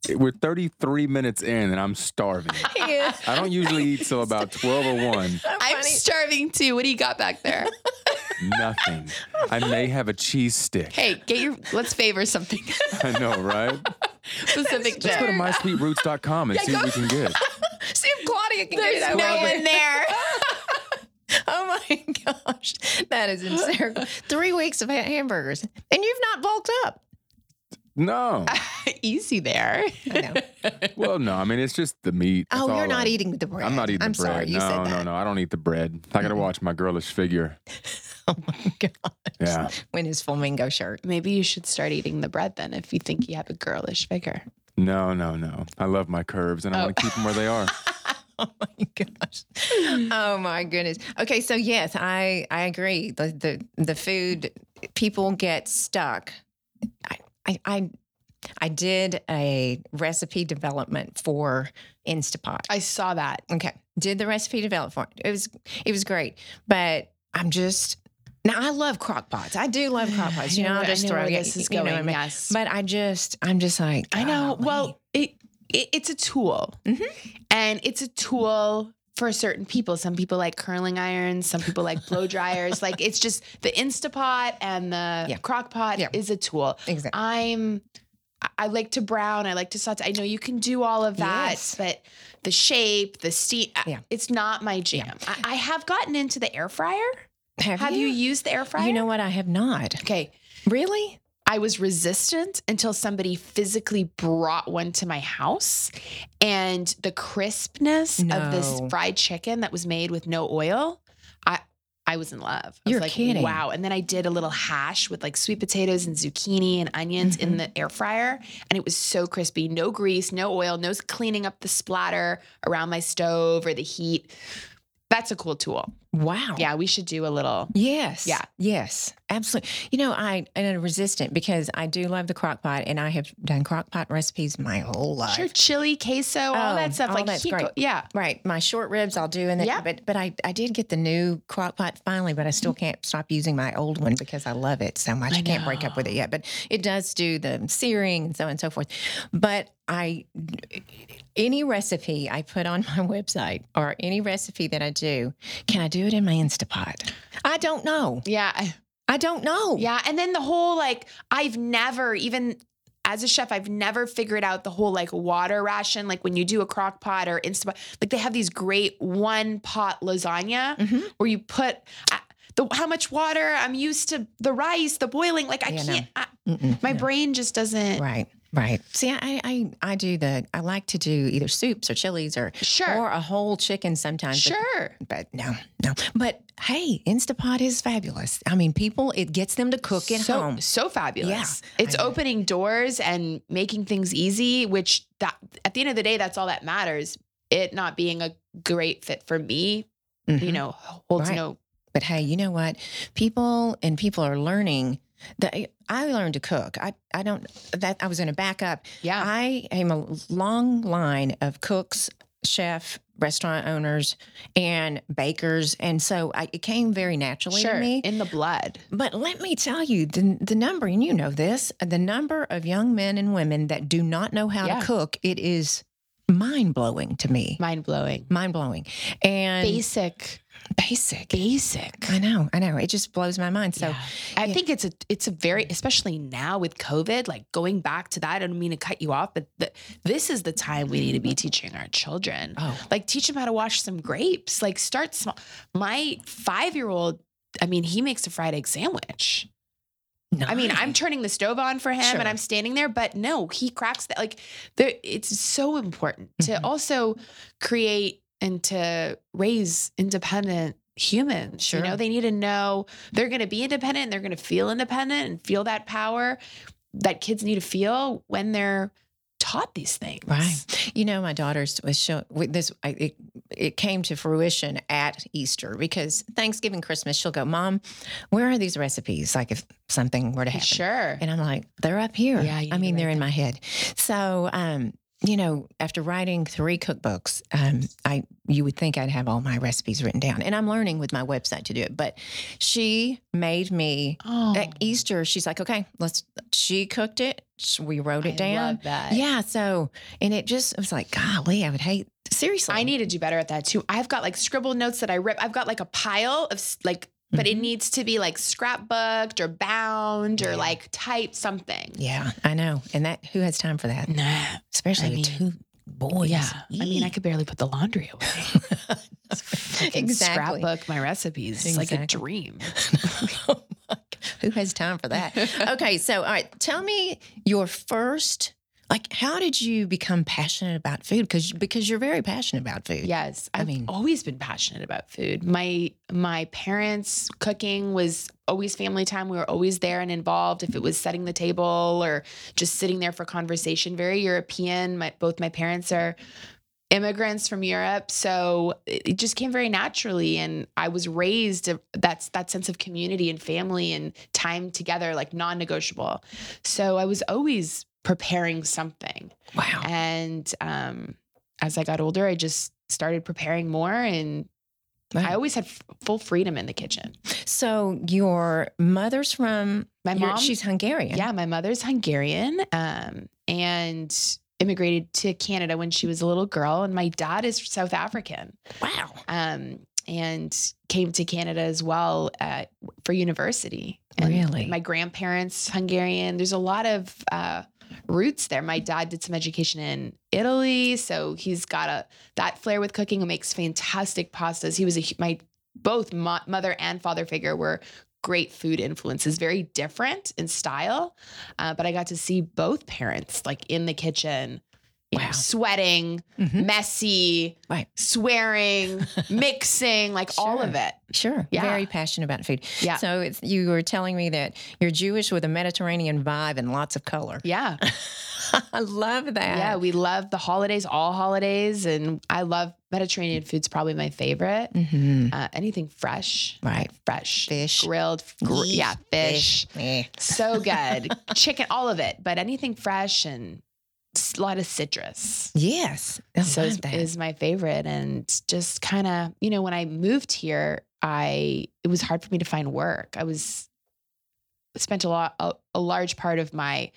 we're 33 minutes in and I'm starving. Yeah. I don't usually eat till about 12 or 1. I'm funny. starving too. What do you got back there? Nothing. I may have a cheese stick. hey, get your. Let's favor something. I know, right? Pacific Let's go to Gym. mysweetroots.com and see what we can get. See if Claudia can get There's that no one. one there. Oh my gosh, that is hysterical. Three weeks of ha- hamburgers, and you've not bulked up. No. Easy there. I know. Well, no. I mean, it's just the meat. That's Oh, all you're not I- eating the bread. I'm not eating I'm the bread. sorry, no, you said that. no, no. I don't eat the bread. I got to watch my girlish figure. Oh my gosh. Yeah. When his flamingo shirt. Maybe you should start eating the bread then if you think you have a girlish figure. No, no, no. I love my curves and I Oh. want to keep them where they are. Oh my gosh. Oh my goodness. Okay, so yes, I I agree. The the, the food people get stuck. I, I I I did a recipe development for Instapot. I saw that. Okay. Did the recipe develop for it. It was it was great. But I'm just now I love crock pots. I do love crock pots. You know, I'll where- just I know throw where it. this is you know going. what I mean? Yes. But I just I'm just like "Oh, I know. golly. Well, it, it it's a tool, Mhm. and it's a tool for certain people. Some people like curling irons. Some people like blow dryers. like it's just the Instapot and the Yeah. crock pot Yeah. is a tool. exactly. I'm. I- I like to brown. I like to saute. I know you can do all of that, Yes. but the shape, the steam, Yeah. it's not my jam. I, I have gotten into the air fryer. Have, Have you used the air fryer? You know what? I have not. okay. Really? I was resistant until somebody physically brought one to my house. And the crispness of this No. fried chicken that was made with no oil, I I was in love. I You're was like, kidding. wow. And then I did a little hash with like sweet potatoes and zucchini and onions Mm-hmm. in the air fryer. And it was so crispy. No grease, no oil, no cleaning up the splatter around my stove or the heat. That's a cool tool. Wow. Yeah, we should do a little. Yes. Yeah. Yes. Absolutely. You know, I am resistant because I do love the crock pot and I have done crock pot recipes my whole life. Sure, chili, queso, Oh, all that stuff. all like, that's heat great. yeah. Right. My short ribs I'll do and then Yeah. Mm-hmm. but but I, I did get the new crock pot finally, but I still can't stop using my old one because I love it so much. I I, can't break up with it yet. But it does do the searing and so on and so forth. But I any recipe I put on my website or any recipe that I do, can I do it in my Instapot? I don't know. Yeah. I- I don't know. Yeah, and then the whole like I've never even as a chef I've never figured out the whole like water ration like when you do a crock pot or instant like they have these great one pot lasagna Mhm. where you put uh, the how much water I'm used to the rice the boiling like I Yeah, no. can't I, Mm-mm. my No. brain just doesn't Right. Right. See, I, I I do the I like to do either soups or chilies or sure or a whole chicken sometimes. but sure but no, no. But hey, Instapot is fabulous. I mean, people, it gets them to cook at so, home. So fabulous. Yeah, it's I know. opening doors and making things easy, which that at the end of the day, that's all that matters. It not being a great fit for me, you Mhm. know, holds Right. no But hey, you know what? People and people are learning. That eh, I learned to cook. I, I don't that I was going to back up. yeah. I am a long line of cooks, chef, restaurant owners, and bakers, and so I, it came very naturally sure. to me. In the blood. But let me tell you the the number, and you know this, the number of young men and women that do not know how Yeah. to cook, it is mind blowing to me. Mind blowing. Mind blowing. And Basic. basic. Basic. I know, I know. It just blows my mind. So So I yeah. think it's a it's a very especially now with COVID, like going back to that. I don't mean to cut you off, but the, this is the time we need to be teaching our children. oh Like teach him how to wash some grapes. Like start small. My five year old, I mean, he makes a fried egg sandwich. I mean, I'm turning the stove on for him Sure. and I'm standing there, but no, he cracks that. Like, there, it's so important Mhm. to also create and to raise independent humans. Sure. You know, they need to know they're going to be independent and they're going to feel independent and feel that power that kids need to feel when they're taught these things. Right. You know, my daughter's was show with this. I, it it came to fruition at Easter because Thanksgiving, Christmas, she'll go, Mom, where are these recipes? Like if something were to happen, Sure. And I'm like, they're up here. Yeah, you I need mean, to they're write in my head. So, um, you know, after writing three cookbooks, um, I you would think I'd have all my recipes written down, and I'm learning with my website to do it. But she made me Oh, at Easter. She's like, okay, let's. She cooked it. sh- we wrote it I down. love that. Yeah. So, and it just, I was like, golly, I would hate, seriously. I need to do better at that too. I've got like scribble notes that I rip. I've got like a pile of s- like, but it Mhm. needs to be like scrapbooked or bound or like typed something. Yeah, I know. And that, who has time for that? Nah. Especially Mm, I mean, with two boys. Yeah. I mean, I Yee. could barely put the laundry away. Fucking Exactly. Scrapbook my recipes. It's like a Exactly. dream. Oh my God. Who has time for that? okay, so all right, tell me your first like how did you become passionate about food because because you're very passionate about food. Yes, I I've mean- always been passionate about food. My my parents' cooking was always family time. We were always there and involved. If it was setting the table or just sitting there for conversation, very European. My, both my parents are immigrants from Europe, so it it just came very naturally. And I was raised of- that's that sense of community and family and time together, like non-negotiable. So I was always preparing something. Uh, Wow. And um, as I got older, I just started preparing more, and Wow. I always had f- full freedom in the kitchen. So your mother's from My your- mom, she's Hungarian. yeah, my mother's Hungarian, um, and immigrated to Canada when she was a little girl, and my dad is South African, Wow. um, and came to Canada as well uh, for university. And Really? my grandparents Hungarian. There's a lot of uh, roots there. My dad did some education in Italy, so he's got a that flair with cooking and makes fantastic pastas. He was a hu- my both mo- mother and father figure were great food influences, very different in style, uh, but I got to see both parents like in the kitchen. you know, Wow. sweating, Mhm. messy, Right. swearing, mixing, like all of it. Sure. Yeah. Very passionate about food. Yeah. So it's, you were telling me that you're Jewish with a Mediterranean vibe and lots of color. Yeah. I love that. Yeah, we love the holidays, all holidays, and I love Mediterranean food's probably my favorite. Mhm. Uh, anything fresh, Right. fresh Fish. grilled, gr- Yeesh. yeah, fish, Eh. so good, chicken, all of it, but anything fresh and s- a lot of citrus. Yes. I so love is, that. is my favorite, and just kind of you know when I moved here, I it was hard for me to find work. I was spent a lot a, a large part of my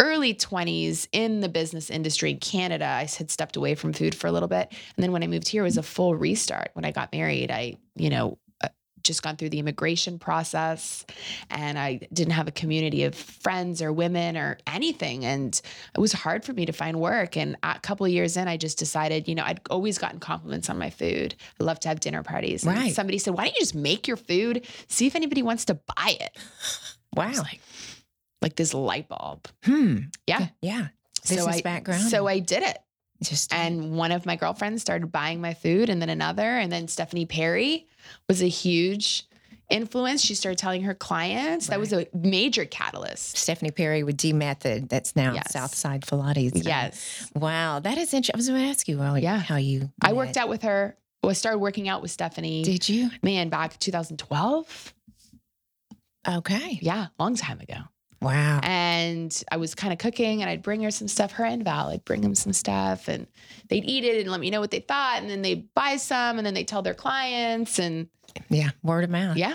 early 20s in the business industry in Canada. I had stepped away from food for a little bit. And then when I moved here, it was a full restart. When I got married, I, you know, uh, just gone through the immigration process and I didn't have a community of friends or women or anything. And it was hard for me to find work. And a couple of years in, I just decided, you know, I'd always gotten compliments on my food. I love to have dinner parties. And Right. somebody said, why don't you just make your food, see if anybody wants to buy it? I was wow. like, like this light bulb. Hmm. Yeah. Yeah. Business I, background. So I did it. Just And one of my girlfriends started buying my food, and then another. And then Stephanie Perry was a huge influence. She started telling her clients that was a major catalyst. Stephanie Perry with D Method. That's now Yes. Southside Pilates. Yes. Wow, that is interesting. I was going to ask you, well, Yeah. how you. I worked out with her. Well, I started working out with Stephanie, Did you? man, back 2012. Okay. Yeah, long time ago. Wow. and I was kind of cooking and I'd bring her some stuff, her and Val, I'd bring them some stuff and they'd eat it and let me know what they thought. And then they'd buy some and then they tell their clients and Yeah. Word of mouth. yeah,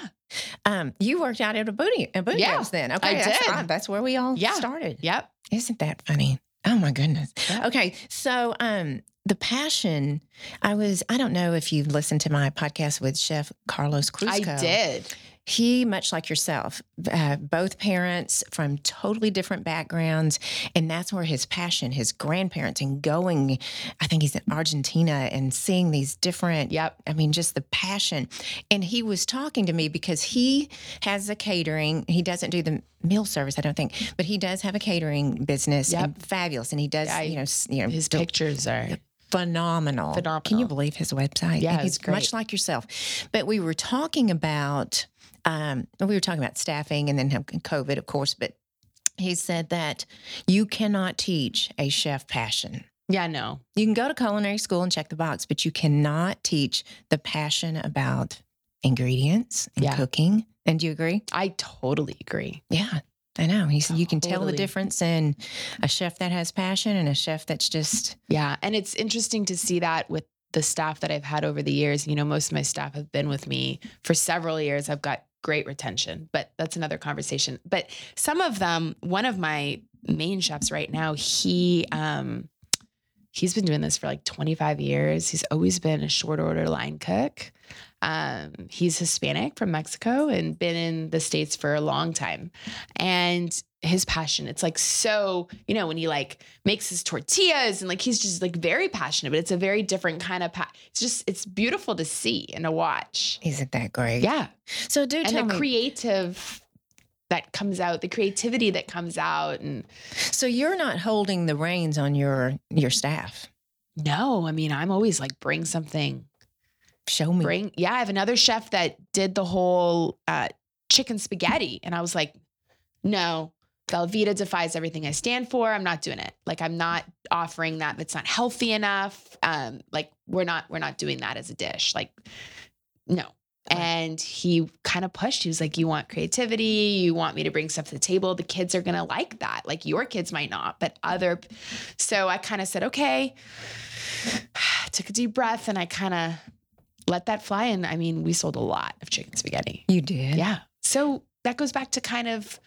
Um, you worked out at a booty a booty Yeah, house then. Okay. I That's did. right. That's where we all Yeah. started. yep. Isn't that funny? Oh my goodness. Yeah. Okay. So um the passion, I was I don't know if you've listened to my podcast with Chef Carlos Cruzco. I did. He, much like yourself, uh, both parents from totally different backgrounds. And that's where his passion, his grandparents, and going, I think he's in Argentina and seeing these different, Yep. I mean, just the passion. And he was talking to me because he has a catering. He doesn't do the meal service, I don't think, but he does have a catering business. Yep. And fabulous. And he does, I- you know, s- you know, His del- pictures are phenomenal. Phenomenal. Can you believe his website? Yeah, And it he's was great. much like yourself. But we were talking about um, we were talking about staffing and then how COVID, of course, but he said that you cannot teach a chef passion. yeah, no. You can go to culinary school and check the box, but you cannot teach the passion about ingredients and Yeah. cooking. And do you agree? I totally agree. Yeah. I know. He said you can tell the Totally. difference in a chef that has passion and a chef that's just Yeah. And it's interesting to see that with the staff that I've had over the years, you know, most of my staff have been with me for several years. I've got great retention, but that's another conversation. But some of them, one of my main chefs right now, he um he's been doing this for like 25 years. He's always been a short order line cook. Um, he's Hispanic from Mexico and been in the States for a long time. And his passion, it's like so, you know, when he like makes his tortillas and like he's just like very passionate, but it's a very different kind of, pa- it's just, it's beautiful to see and to watch. Isn't that great? Yeah. So do And tell the me. creative that comes out, the creativity that comes out. And so you're not holding the reins on your your staff. no, I mean, I'm always like, bring something, Show me. bring yeah i have another chef that did the whole uh, chicken spaghetti and i was like no velveeta defies everything i stand for i'm not doing it like i'm not offering that it's not healthy enough um like we're not we're not doing that as a dish like no Right. and he kind of pushed he was like you want creativity you want me to bring stuff to the table the kids are gonna like that like your kids might not but other so i kind of said okay took a deep breath and i kind of let that fly. And I mean, we sold a lot of chicken spaghetti. You did. Yeah. So that goes back to kind of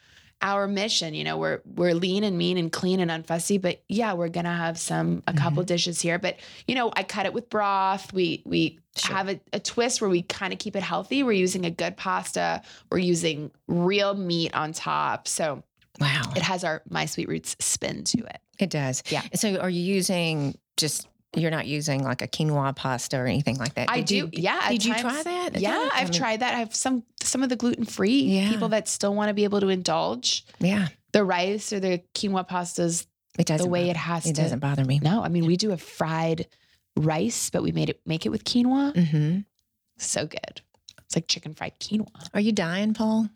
our mission. You know, we're we're lean and mean and clean and unfussy, but yeah, we're gonna have some Mm-hmm. a couple dishes here. But you know, I cut it with broth. We we Sure. have a, a twist where we kind of keep it healthy. We're using a good pasta. We're using real meat on top. So Wow. it has our my sweet roots spin to it. It does. Yeah. So are you using just you're not using like a quinoa pasta or anything like that? I Did you- do. yeah. at Did you times- try that? Yeah, That- I I've mean, tried that. I have some some of the gluten free Yeah. people that still want to be able to indulge Yeah. the rice or the quinoa pastas It doesn't the way bother, it has it to. doesn't bother me. No, I mean we do a fried rice, but we made it make it with quinoa. Mm-hmm. So good. It's like chicken fried quinoa. Are you dying, Paul?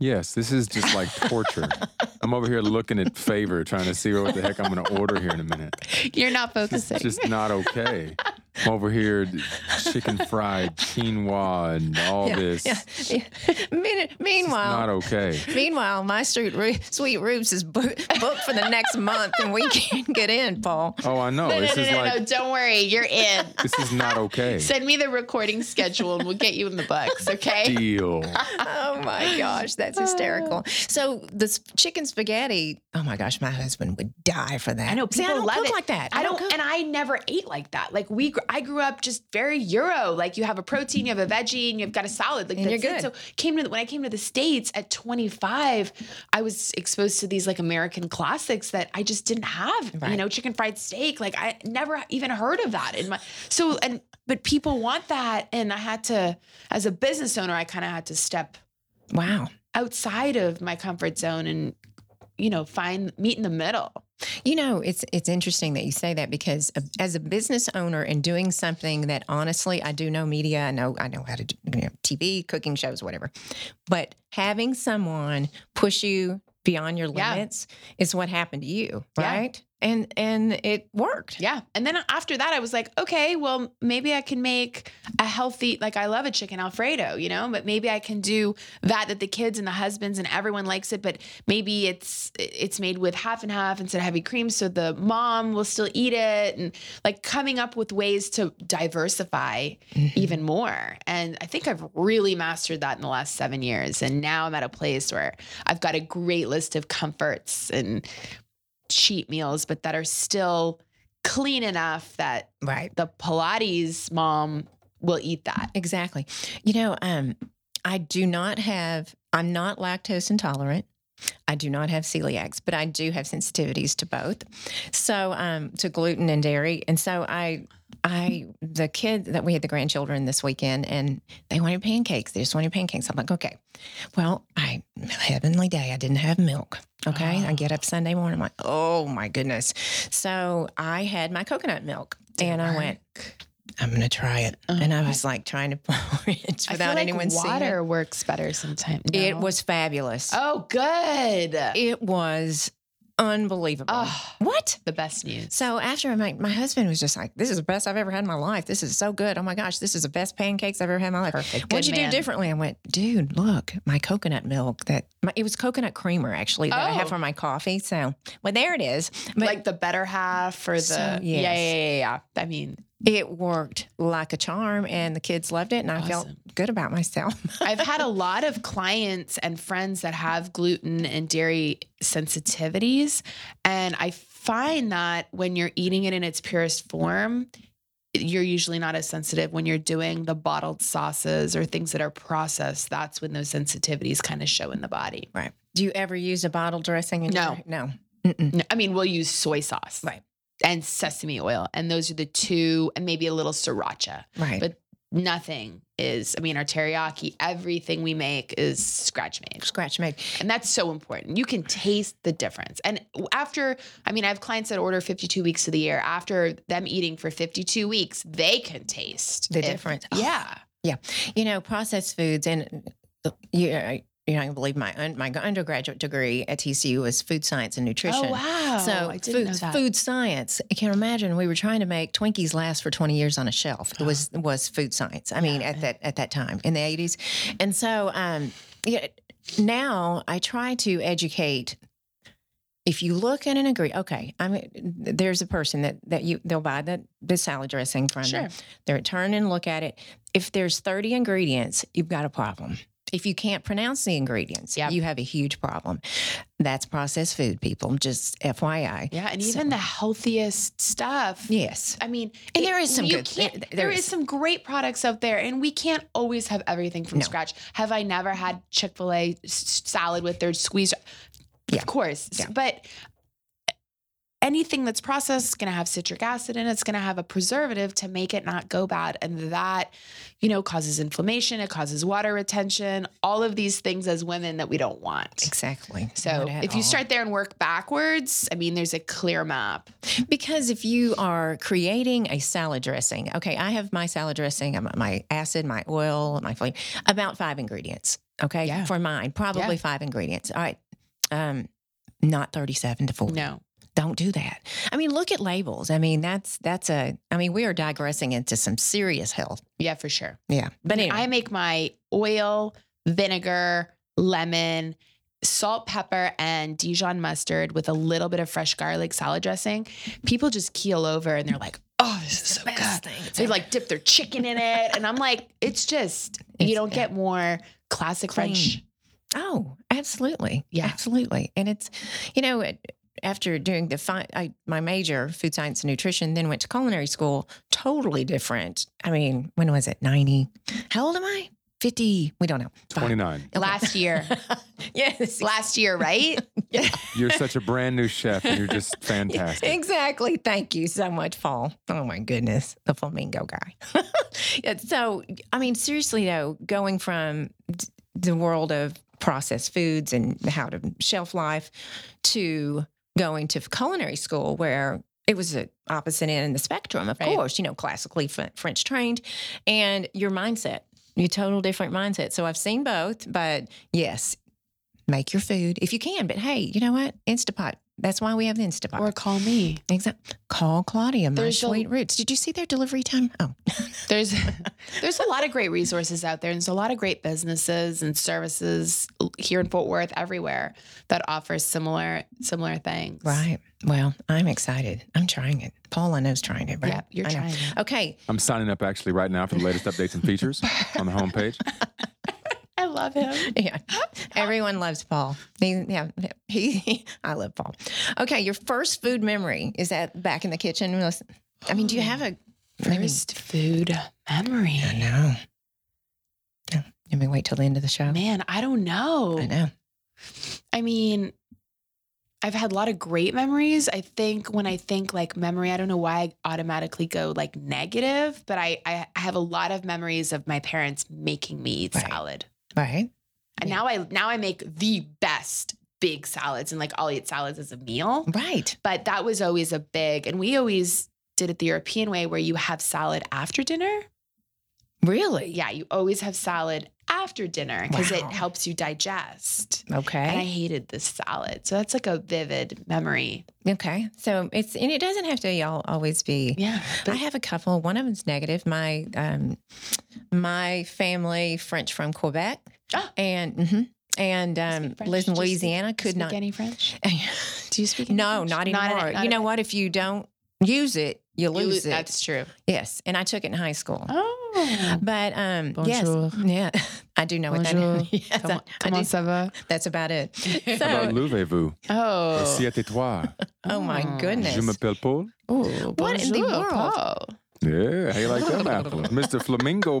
Yes, this is just like torture. I'm over here looking at favor, trying to see what the heck I'm going to order here in a minute. You're not It's focusing. just not okay. I'm over here, d- chicken fried quinoa and all this. Yeah. Mean- meanwhile, Not okay. meanwhile, my sweet, Ru- sweet Roots is bo- booked for the next month, and we can't get in, Paul. Oh, I know. no, no, this no, is no, like no. Don't worry. You're in. this is not okay. Send me the recording schedule and we'll get you in the books. Okay. Deal. Oh my gosh, that's hysterical. Ah. So this chicken spaghetti. Oh my gosh, my husband would die for that. I know See, people I don't love cook it like that. I don't, cook. and I never ate like that. Like we, gr- I grew up just very Euro. Like you have a protein, you have a veggie, and you've got a salad. Like And you're that's it. good. So came to the- when I came to the states at 25, I was exposed to these like American classics that I just didn't have. You Right. know, chicken fried steak. Like I never even heard of that in my. So and but people want that, and I had to, as a business owner, I kind of had to step wow. outside of my comfort zone and you know find meet in the middle. You know, it's it's interesting that you say that because uh, as a business owner and doing something that honestly, I do know media, I know I know how to do you know, TV, cooking shows, whatever. But having someone push you beyond your Yeah. limits is what happened to you, Yeah. right? And and it worked. Yeah. And then after that, I was like, okay, well, maybe I can make a healthy, like, I love a chicken Alfredo, you know, but maybe I can do that, that the kids and the husbands and everyone likes it, but maybe it's, it's made with half and half instead of heavy cream. So the mom will still eat it and like coming up with ways to diversify even more. And I think I've really mastered that in the last seven years. And now I'm at a place where I've got a great list of comforts and cheat meals, but that are still clean enough that Right. the Pilates mom will eat that. Exactly. You know, um, I do not have, I'm not lactose intolerant. I do not have celiacs, but I do have sensitivities to both. So, um, to gluten and dairy. And so I, I, the kid that we had the grandchildren this weekend and they wanted pancakes. They just wanted pancakes. I'm like, okay, well, I, heavenly day, I didn't have milk. Okay. I get up Sunday morning. I'm like, oh my goodness. So I had my coconut milk and I went, I'm gonna try it. Oh, and I I- was like trying to pour it I feel without like anyone water works better sometimes. seeing it. It No. was fabulous. oh good. It was unbelievable. oh, What? the best news. So after my my husband was just like, "This is the best I've ever had in my life. This is so good. Oh my gosh, this is the best pancakes I've ever had in my life." Perfect. What'd Good you man. do differently? I went, dude. Look, my coconut milk. That my, it was coconut creamer actually that I have Oh. for my coffee. So, well, there it is. But like the better half or the So, yeah, yes. yeah, yeah, yeah. I mean, It worked like a charm, and the kids loved it, and I felt Awesome. good about myself. I've had a lot of clients and friends that have gluten and dairy sensitivities. And I find that when you're eating it in its purest form, you're usually not as sensitive when you're doing the bottled sauces or things that are processed. That's when those sensitivities kind of show in the body. right? Do you ever use a bottle dressing? In No. your- no. Mm-mm. I mean, we'll use soy sauce. Right. And sesame oil. And those are the two, and maybe a little sriracha. Right. But Nothing is, I mean, our teriyaki, everything we make is scratch made. Scratch made. And that's so important. You can taste the difference. And after, I mean, I have clients that order 52 weeks of the year. After them eating for 52 weeks, they can taste The if- difference. Oh, Yeah. Oh, You know, processed foods, and uh, you, you're not going to believe my un, my undergraduate degree at TCU was food science and nutrition. Oh, wow. So I didn't food, know that. food science. I can't imagine we were trying to make Twinkies last for twenty years on a shelf. It was Oh. was food science. I mean, Yeah. at that at that time in the eighties, and so um, yeah, now I try to educate. If you look at an agree, okay, I mean, there's a person that that you they'll buy the the salad dressing from. Sure. They'll turn and look at it. If there's thirty ingredients, you've got a problem. If you can't pronounce the ingredients, Yep. you have a huge problem. That's processed food, people. Just FYI. Yeah. And So- even the healthiest stuff. Yes. I mean, And there is some you good- can't- there- there there is. is. some great products out there, and we can't always have everything from No. scratch. Have I never had Chick Fil A salad with their squeeze? Yeah. Of course, Yeah. but anything that's processed is going to have citric acid in it. It's going to have a preservative to make it not go bad, and that you know causes inflammation. It causes water retention. All of these things as women that we don't want. Exactly. So Not at if you all. start there and work backwards, I mean, there's a clear map. because if you are creating a salad dressing, okay, I have my salad dressing, I'm- my acid, my oil, my flavor, about five ingredients. Okay, Yeah. for mine, probably five ingredients. All right, um, not thirty-seven to forty. No. Don't do that. I mean, look at labels. I mean, that's that's a. I mean, we are digressing into some serious health. Yeah, for sure. Yeah, but anyway, I make my oil, vinegar, lemon, salt, pepper, and Dijon mustard with a little bit of fresh garlic salad dressing. People just keel over and they're like, oh, this is so best good. thing. They like dip their chicken in it. And I'm like, it's just, It's you don't get more classic Clean. French. Oh, absolutely. Yeah. Absolutely. And it's, you know, it- after doing the fi- I, my major, food science and nutrition, then went to culinary school, totally different. I mean, when was it? 90. How old am I? 50. We don't know. Five. 29. Okay. Last year, yes. last year, right? You're such a brand new chef and you're just fantastic. Exactly. Thank you so much, Paul. Oh my goodness, the flamingo guy. Yeah, so, I mean, seriously though, going from d- the world of processed foods and how to shelf life to going to culinary school where it was the opposite end of the spectrum, of Right. course, you know, classically f- French trained and your mindset, your total different mindset. So I've seen both, but yes, make your food if you can. But hey, you know what? Instapot. That's why we have the Instapot. Or call me. Exactly. Call Claudia, my There's a- sweet roots. Did you see their delivery time? Oh, There's there's a lot of great resources out there, and there's a lot of great businesses and services here in Fort Worth, everywhere that offer similar similar things. right. Well, I'm excited. I'm trying it. Paul, I know's trying it, right? Yeah, you're I know. trying. Okay. I'm signing up actually right now for the latest updates and features on the homepage. I love him. Yeah. Everyone loves Paul. He, yeah. He, I love Paul. Okay. Your first food memory is that back in the kitchen? I mean, do you have a maybe- First food memory. I know. No. Let me wait till the end of the show. Man, I don't know. I know. I mean, I've had a lot of great memories. I think when I think like memory, I don't know why I automatically go like negative, but I I I have a lot of memories of my parents making me eat Right. salad. Right. And Yeah. now I now I make the best big salads and like I'll eat salads as a meal. Right. But that was always a big and we always did it the European way where you have salad after dinner. Really? Yeah, you always have salad after dinner because it Wow. helps you digest. And I Okay. hated this salad. So that's like a vivid memory. okay. So it's, and it doesn't have to all always be. Yeah. I have a couple. One of them's negative. My um, my family French from Quebec, Ah. and mhm. and um, speak French? lives in Do you speak- Louisiana. could not. any French? Do you speak any no, French? not Not anymore. any- not you know any- what? If you don't use it, you You lo- lose it. That's true. yes, and I took it in high school. Oh. But um, Bonjour. yes, yeah, I do know what that Bonjour. is. Yes, Comment, I- I comment do. ça va? That's about it. About So, Louvez-vous? Oh. Assiette toi. oh my goodness. Je m'appelle Paul. Oh, What in the Hmm. bonjour, world? Paul. Yeah, how you like them apples? Mr. Flamingo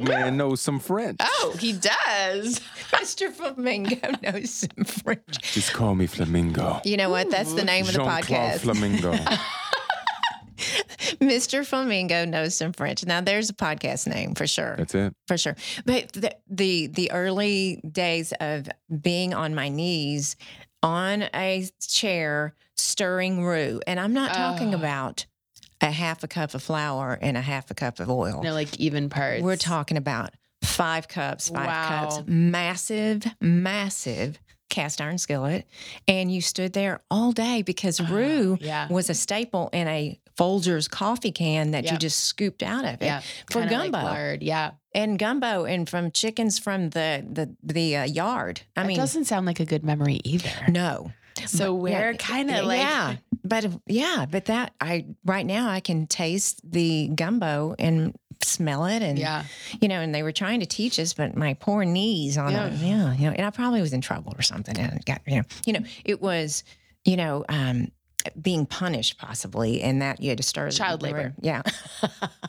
Man knows some French. Oh, he does. Mr. Flamingo knows some French. Just call me Flamingo. You know what? That's the name of the Jean-Claude podcast. Flamingo. Mr. Flamingo knows some French. Now there's a podcast name for sure. That's it. for sure. But the, the the early days of being on my knees on a chair stirring roux, and I'm not talking Oh. about a half a cup of flour and a half a cup of oil. No, like even parts. We're talking about five cups, five Wow. cups, massive, massive cast iron skillet, and you stood there all day because Ah, roux yeah. was a staple in a Folgers coffee can that you Yep. just scooped out of it Yeah. for Kinda gumbo Like lard. Yeah. and gumbo and from chickens from the the the uh, yard. I That mean, doesn't sound like a good memory either. no, So yeah, we're kind of like yeah, but yeah, but that I right now I can taste the gumbo and smell it and Yeah. you know and they were trying to teach us but my poor knees on yeah. Yeah. yeah you know and i probably was in trouble or something and got you know you know it was you know um being punished possibly and that you had to start Child labor. yeah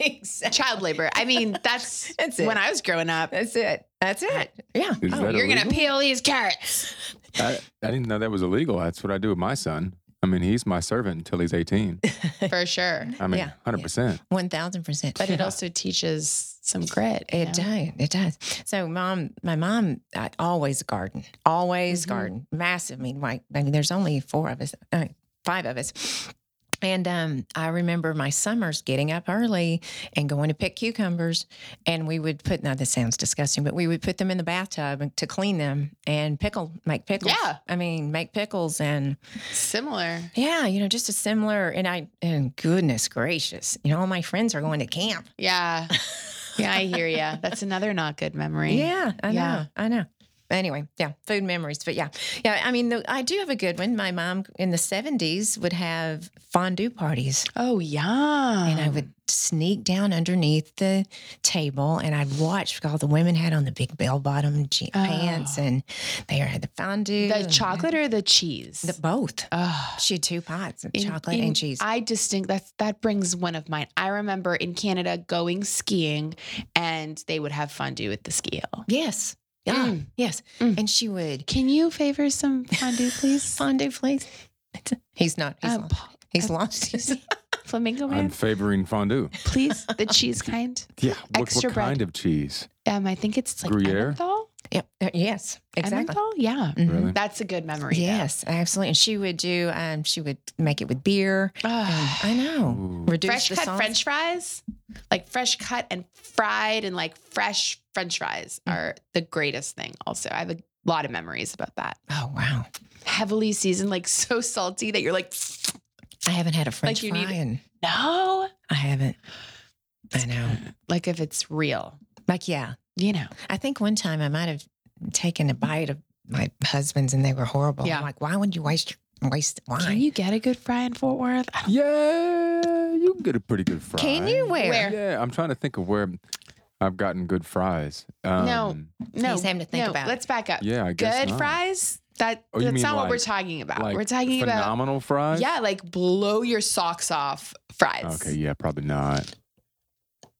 exactly Child labor. I mean, that's, That's it. when I was growing up. that's it that's it yeah Oh, Is that You're going illegal? to peel these carrots. I, I didn't know that was illegal. That's what I do with my son. I mean, he's my servant until he's 18. For sure. I mean, Yeah, 100%. One thousand percent. But it also teaches some grit. you know? it does. It does. So, mom, my mom I, always garden, always Mhm. garden, massive. I mean, like, I mean, there's only four of us, uh, five of us. And um, I remember my summers getting up early and going to pick cucumbers, and we would put. Now this sounds disgusting, but we would put them in the bathtub and- to clean them and pickle, make pickles. Yeah. I mean, make pickles and Similar. yeah, you know, just a similar. And I and goodness gracious, you know, all my friends are going to camp. Yeah. Yeah, I hear you. That's another not good memory. Yeah, I Yeah. know. I know. Anyway, yeah, food memories. But yeah, yeah, I mean, the, I do have a good one. My mom in the 70s would have fondue parties, Oh, yeah. and I would sneak down underneath the table and I'd watch all the women had on the big bell bottom je- Oh. pants and they had the fondue. The and chocolate or the cheese? The, both. oh. She had two pots of In- chocolate in- and cheese. I distinct that that brings one of mine. I remember in Canada going skiing, and they would have fondue at the ski hill. yes. Yeah. Mm. Yes. Mm. And she would. Can you favor some fondue, please? Fondue, please. He's not. He's, Uh, lost. pa- he's lost. Oh, flamingo I'm man, favoring fondue. please the cheese kind. Yeah. What, Extra what bread. kind of cheese? Um, I think it's like Gruyere? Emmental. Yep. Uh, Yes. Exactly. Emmental, yeah. Mhm. Really? That's a good memory. Yes, absolutely. And she would do. Um, she would make it with beer. though. Ah. I know. Ooh. Reduce fresh the cut sauce. French fries, like fresh cut and fried and like fresh French fries Mm. are the greatest thing. Also, I have a lot of memories about that. Oh wow! Heavily seasoned, like so salty that you're like, I haven't had a French you fry, need- and no. I haven't. I know. Like if it's real, Like yeah, you know. I think one time I might have taken a bite of my husband's, and they were horrible. Yeah. I'm like, why would you waste your waste wine? Can you get a good fry in Fort Worth? I don't- Yeah, you can get a pretty good fry. Can you where? Where? Yeah, I'm trying to think of where I've gotten good fries. Um, No. No, He's having to think no, about it. Let's back up. Yeah, I guess good not. fries. That Oh, you that's mean not what we're like- talking about. Like we're talking about phenomenal fries. yeah, like blow your socks off fries. Okay. Yeah, probably not.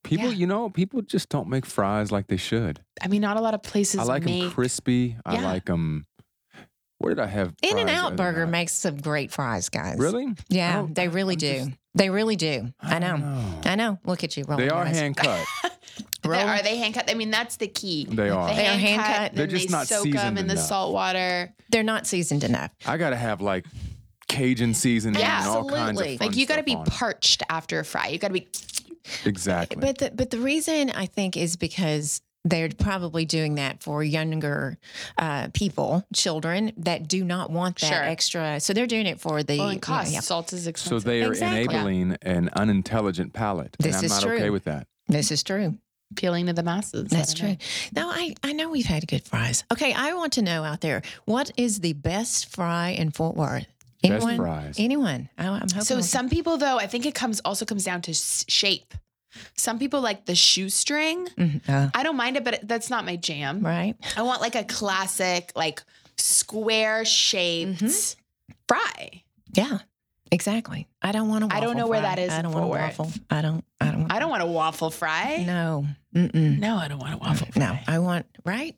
People, Yeah. you know, people just don't make fries like they should. I mean, not a lot of places I like them make crispy. I Yeah. like them. Where did I have In and fries Out the other Burger night? makes some great fries, guys. Really? I Yeah, don't- they I- really I'm do. just- they really do. I know. don't know. I know. Look at you. Rolling They your are eyes. hand cut. They- Roll. are they hand cut? I mean, that's the key. They are. They are hand cut. and They're then just they not soak them seasoned in the enough. salt water. They're not seasoned enough. I gotta have like Cajun seasoning Yeah, and all kinds of absolutely. fun Like you got to stuff be on it. parched after a fry. You got to be. exactly. But the, but the reason I think is because they're probably doing that for younger uh, people, children that do not want that Sure. extra. So they're doing it for the Well, and yeah, cost yeah. salt is So expensive. they are Exactly. enabling an unintelligent palate. This and I'm is not true. okay with that. This is true. appealing to the masses. I That's don't know. true. No, I I know we've had good fries. Okay, I want to know out there what is the best fry in Fort Worth? Best Anyone? fries. Anyone? I, I'm hoping. So we'll- some people though, I think it comes also comes down to s- shape. Some people like the shoestring. Mhm. Uh, I don't mind it, but it- that's not my jam. right. I want like a classic, like square shaped Mm-hmm. fry. Yeah. Exactly. I don't want to. I don't know where that is I don't in want a Fort Worth. waffle. I don't. I don't. I don't want a waffle fry. No. Mm-mm. No, I don't want a waffle fry. No. I want. Right.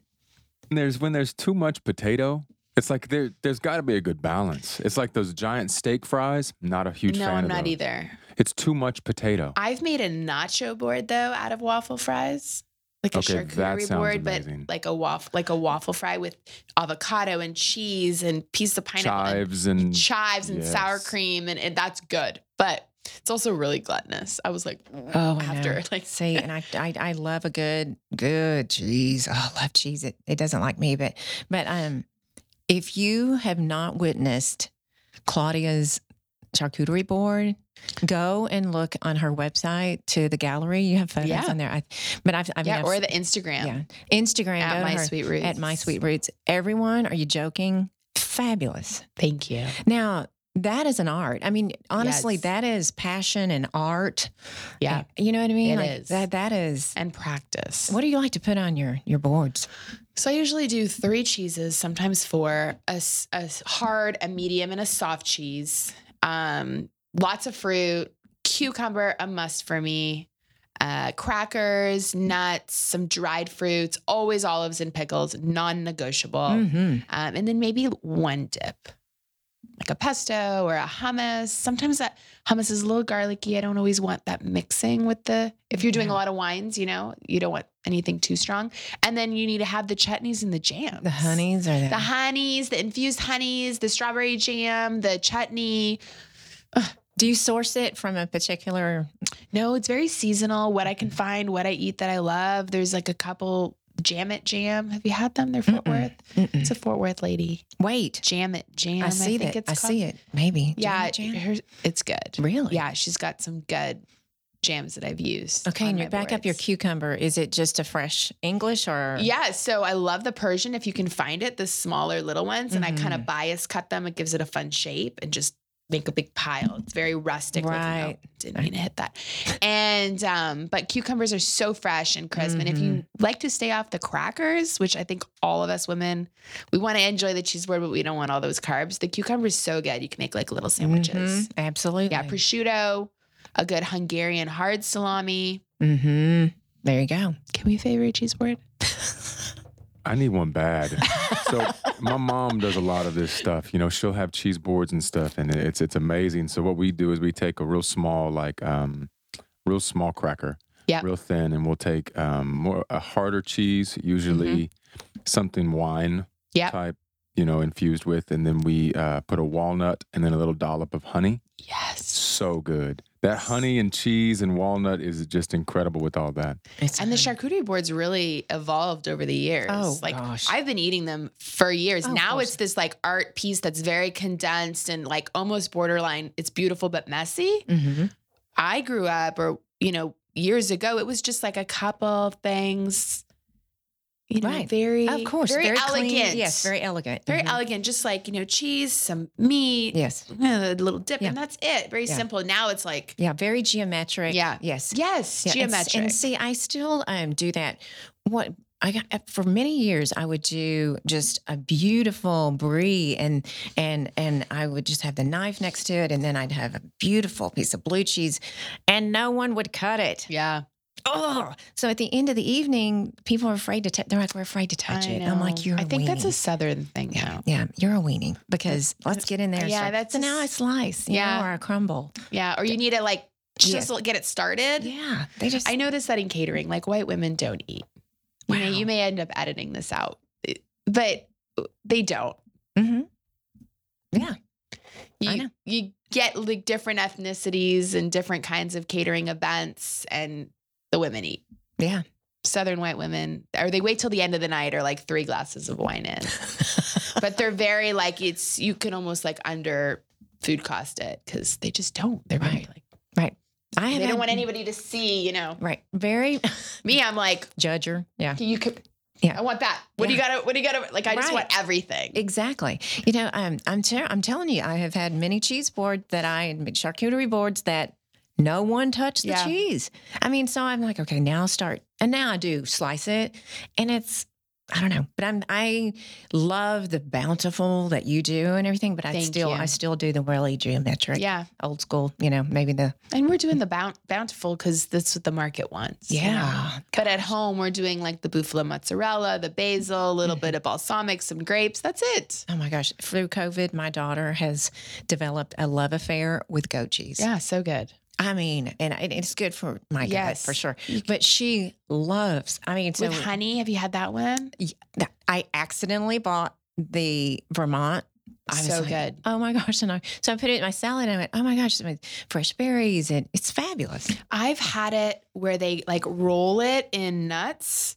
And there's when there's too much potato, it's like there there's got to be a good balance. It's like those giant steak fries. Not a huge No, fan I'm of not those. either. It's too much potato. I've made a nacho board though out of waffle fries. Like a Okay, that charcuterie sounds board, amazing. but like a waffle like a waffle fry with avocado and cheese and piece of pineapple and Chives and chives and sour Mm. Yes. cream and, and that's good. But it's also really gluttonous. I was like Oh, I after know. like See, and I, I, I love a good, good cheese. Oh, I love cheese. It, it doesn't like me, but, but um, if you have not witnessed Claudia's charcuterie board, go and look on her website to the gallery. You have photos Yeah. on there. I, but I've, I mean, yeah, I've, or the Instagram yeah, Instagram go at to my her, sweet roots. at my sweet roots. Everyone, are you joking? Fabulous. Thank you. Now that is an art. I mean, honestly, Yes. that is passion and art. Yeah. you know what I mean. It like, is. That that is And practice. what do you like to put on your your boards? So I usually do three cheeses, sometimes four: a, s- a s- hard, a medium, and a soft cheese. Um, lots of fruit, cucumber, a must for me. Uh, crackers, nuts, some dried fruits, always olives and pickles, non-negotiable. Mhm. Um, and then maybe one dip, like a pesto or a hummus. Sometimes that hummus is a little garlicky. I don't always want that mixing with the. If you're doing Yeah. a lot of wines, you know, you don't want anything too strong. And then you need to have the chutneys and the jams. The honeys are The that. honeys, the infused honeys, the strawberry jam, the chutney. do you source it from a particular? No, it's very seasonal. What I can Mm-hmm. find, what I eat that I love. There's like a couple Jam It Jam. Have you had them? They're Fort Mm-mm. Worth. It's a Fort Worth lady. Wait, Jam It Jam. I see think that. it's I called. see it. Maybe. Yeah, Jam, jam? her- it's good. really. Yeah, she's got some good jams that I've used. Okay, on and my you back up your boards. cucumber. Is it just a fresh English or? Yeah, so I love the Persian if you can find it, the smaller little ones, and I kind Mhm. of bias cut them. It gives it a fun shape and just make a big pile. It's very rustic. looking. Oh, Right. didn't mean to hit that. And um, but cucumbers are so fresh and crisp. And if you Mm-hmm. like to stay off the crackers, which I think all of us women, we want to enjoy the cheese board, but we don't want all those carbs. The cucumber is so good. You can make like little sandwiches. Mhm, Absolutely. Mm-hmm. Yeah, prosciutto, a good Hungarian hard salami. mm-hmm. There you go. Can we favor a cheese board? I need one bad. so my mom does a lot of this stuff. You know, she'll have cheese boards and stuff, and it's it's amazing. So what we do is we take a real small, like um, real small cracker, Yeah. real thin, and we'll take um more a harder cheese, usually something wine Mm-hmm. Yeah. type, you know, infused with, and then we uh, put a walnut and then a little dollop of honey. Yes. So good. That honey and cheese and walnut is just incredible with all that. It's And the fine. charcuterie boards really evolved over the years. Oh, like gosh. I've been eating them for years. Oh, of now course. it's this like art piece that's very condensed and like almost borderline. It's beautiful but messy. Mhm. I grew up or you know, years ago, it was just like a couple things. You know, Right. very Of course. very, elegant. clean. Yes. Very elegant. very Mhm. elegant. Just like, you know, cheese, some meat, Yes. a little dip Yeah. and that's it. Very Yeah. simple. Now it's like Yeah. Very geometric. Yeah. Yes. yes, Yeah, and s- geometric. And see, I still um, do that. What I got uh, for many years, I would do just a beautiful brie, and and and I would just have the knife next to it, and then I'd have a beautiful piece of blue cheese, and no one would cut it. yeah. Oh, so at the end of the evening, people are afraid to. T- they're like, we're afraid to touch it. I'm like, you're. I a think that's a weenie." southern thing now. Yeah, you're a weenie because let's get in there. and Yeah, start- that's so a now I s- slice, yeah, yeah. or I crumble. Yeah. Or you need to like Yes. just get it started. Yeah, they just. I noticed that in catering, like white women don't eat. You know, Wow. you may end up editing this out, eh, but uh, they don't. hmm Yeah, You, I know. you get like different ethnicities and different kinds of catering events, and the women eat. yeah. Southern white women, or they wait till the end of the night or like three glasses of wine in. but they're very like, it's, you can almost like under food cost it because they just don't. They're very Right. like, I they had- don't want anybody to see, you know. Right. Very Me, I'm like, judger. Yeah. you could, Yeah. I want that. What do you gotta? What do you gotta? Like I just Right. want everything. Exactly. You know, I'm I'm ter- I'm telling you, I have had many cheese boards that I charcuterie boards that no one touched the Yeah. cheese. I mean, so I'm like, okay, now I'll start, and now I do slice it, and it's I don't know, but I'm I love the bountiful that you do and everything, but I Thank still you. I still do the really geometric, Yeah, old school. You know, maybe the and we're doing the bount- bountiful because that's what the market wants. you know? yeah, But at home, we're doing like the buffalo mozzarella, the basil, a little bit of balsamic, some grapes. That's it. Oh my gosh. Through COVID, my daughter has developed a love affair with goat cheese. Yeah, so good. I mean, and it- it's good for my gut Yes. for sure. But she loves, I mean, so With honey, have you had that one? I accidentally bought the Vermont. I was so like, good. Oh my gosh. And I, so I put it in my salad and I went, oh my gosh, with fresh berries. And it's fabulous. I've had it where they like roll it in nuts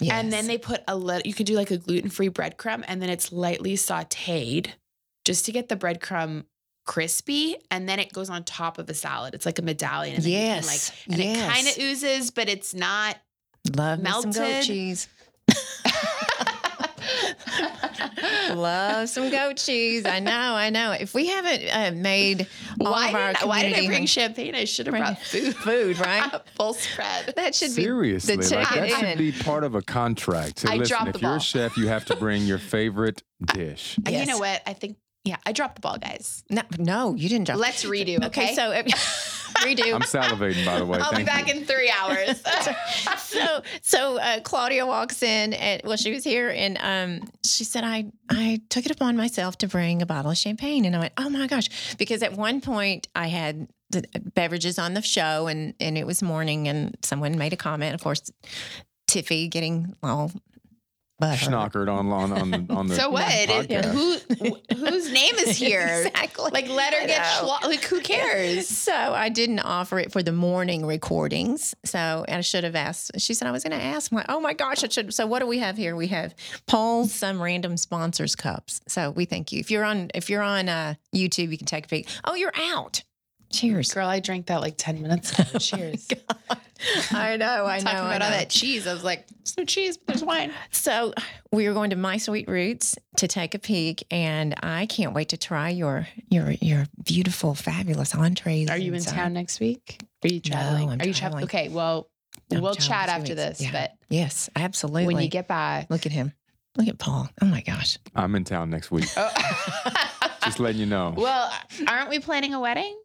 and Yes. then they put a little, you could do like a gluten free breadcrumb and then it's lightly sauteed just to get the breadcrumb crispy and then it goes on top of a salad. It's like a medallion. And then you can, Yes. like, and Yes. it kind of oozes, but it's not. love me some goat melted. cheese. Love some goat cheese. I know. I know. If we haven't uh, made all why, of our did, why did I community bring home- champagne? I should have Bring- brought food. food, right? Full spread. That should Seriously, be the like, ticket that in. should be part of a contract. Say, I listen, dropped if the you're ball. a chef, you have to bring your favorite dish. And Yes. You know what? I think, yeah, I dropped the ball, guys. No, no, you didn't drop. Let's redo. Okay, okay, so uh, redo. I'm salivating, by the way. I'll be Thank back you. in three hours. so so uh, Claudia walks in and well she was here and um she said I I took it upon myself to bring a bottle of champagne and I went oh my gosh because at one point I had the uh, beverages on the show and and it was morning and someone made a comment of course Tiffy getting all but Schnockered on on on, on the so what? It- podcast. who wh- whose name is here? exactly Like, let her get I know. schlo- like who cares? So I didn't offer it for the morning recordings. So and I should have asked. She said I was going to ask. I'm like, oh my gosh, I should. So what do we have here? We have Paul's some random sponsors cups. So we thank you. If you're on, if you're on uh, YouTube, you can take a peek. Oh, you're out. Cheers. Girl, I drank that like ten minutes ago. Cheers. I know. I Talking about all know. that cheese, I was like, "There's no cheese, but there's wine." So we are going to My Sweet Roots to take a peek, and I can't wait to try your your your beautiful, fabulous entrees. Are you in and so- town next week? Are you traveling? I'm Are you traveling. traveling? Okay, well, I'm we'll traveling chat two after weeks. Yeah. this. But Yes, absolutely. when you get back, Look at him. Look at Paul. Oh my gosh. I'm in town next week. oh. Just letting you know. well, aren't we planning a wedding?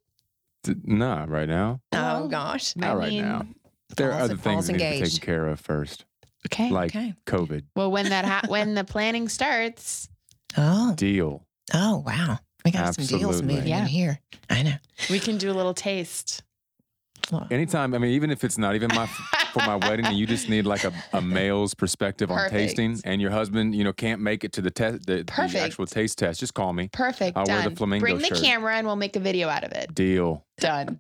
D- Nah, right now. Oh. Oh gosh. Not I right mean- now. There are Paul's- other things Paul's that need to be taken engaged. care of first, Okay. like Okay. COVID Well, when that ha- when the planning starts, Oh. deal. Oh wow. We got some deals Absolutely. moving Yeah. in here. I know. we can do a little taste. Well, Anytime, I mean, even if it's not even my for my wedding, and you just need like a, a male's perspective on Perfect. tasting, and your husband, you know, can't make it to the test, the, the Perfect. actual taste test. Just call me. Perfect. I'll wear the done. flamingo Bring shirt. the camera and we'll make a video out of it. Deal. Done.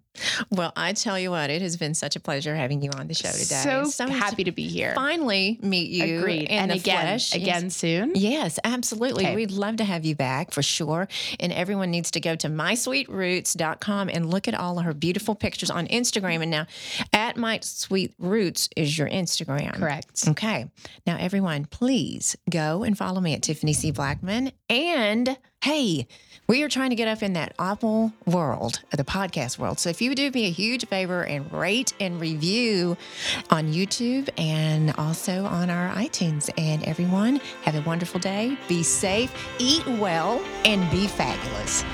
well, I tell you what, it has been such a pleasure having you on the show today. So, nice to happy to be here. finally meet you Agreed. in and the again, flesh. again soon. Yes, absolutely. Okay. We'd love to have you back for sure. And everyone needs to go to mysweetroots.com and look at all of her beautiful pictures on Instagram. And now, at My Sweet Roots is your Instagram. Correct. Okay. Now, everyone, please go and follow me at Tiffany C. Blackman. And hey, we are trying to get up in that Apple world, uh, the podcast world. So if you would do me a huge favor and rate and review on YouTube and also on our iTunes. And everyone, have a wonderful day. Be safe, eat well, and be fabulous.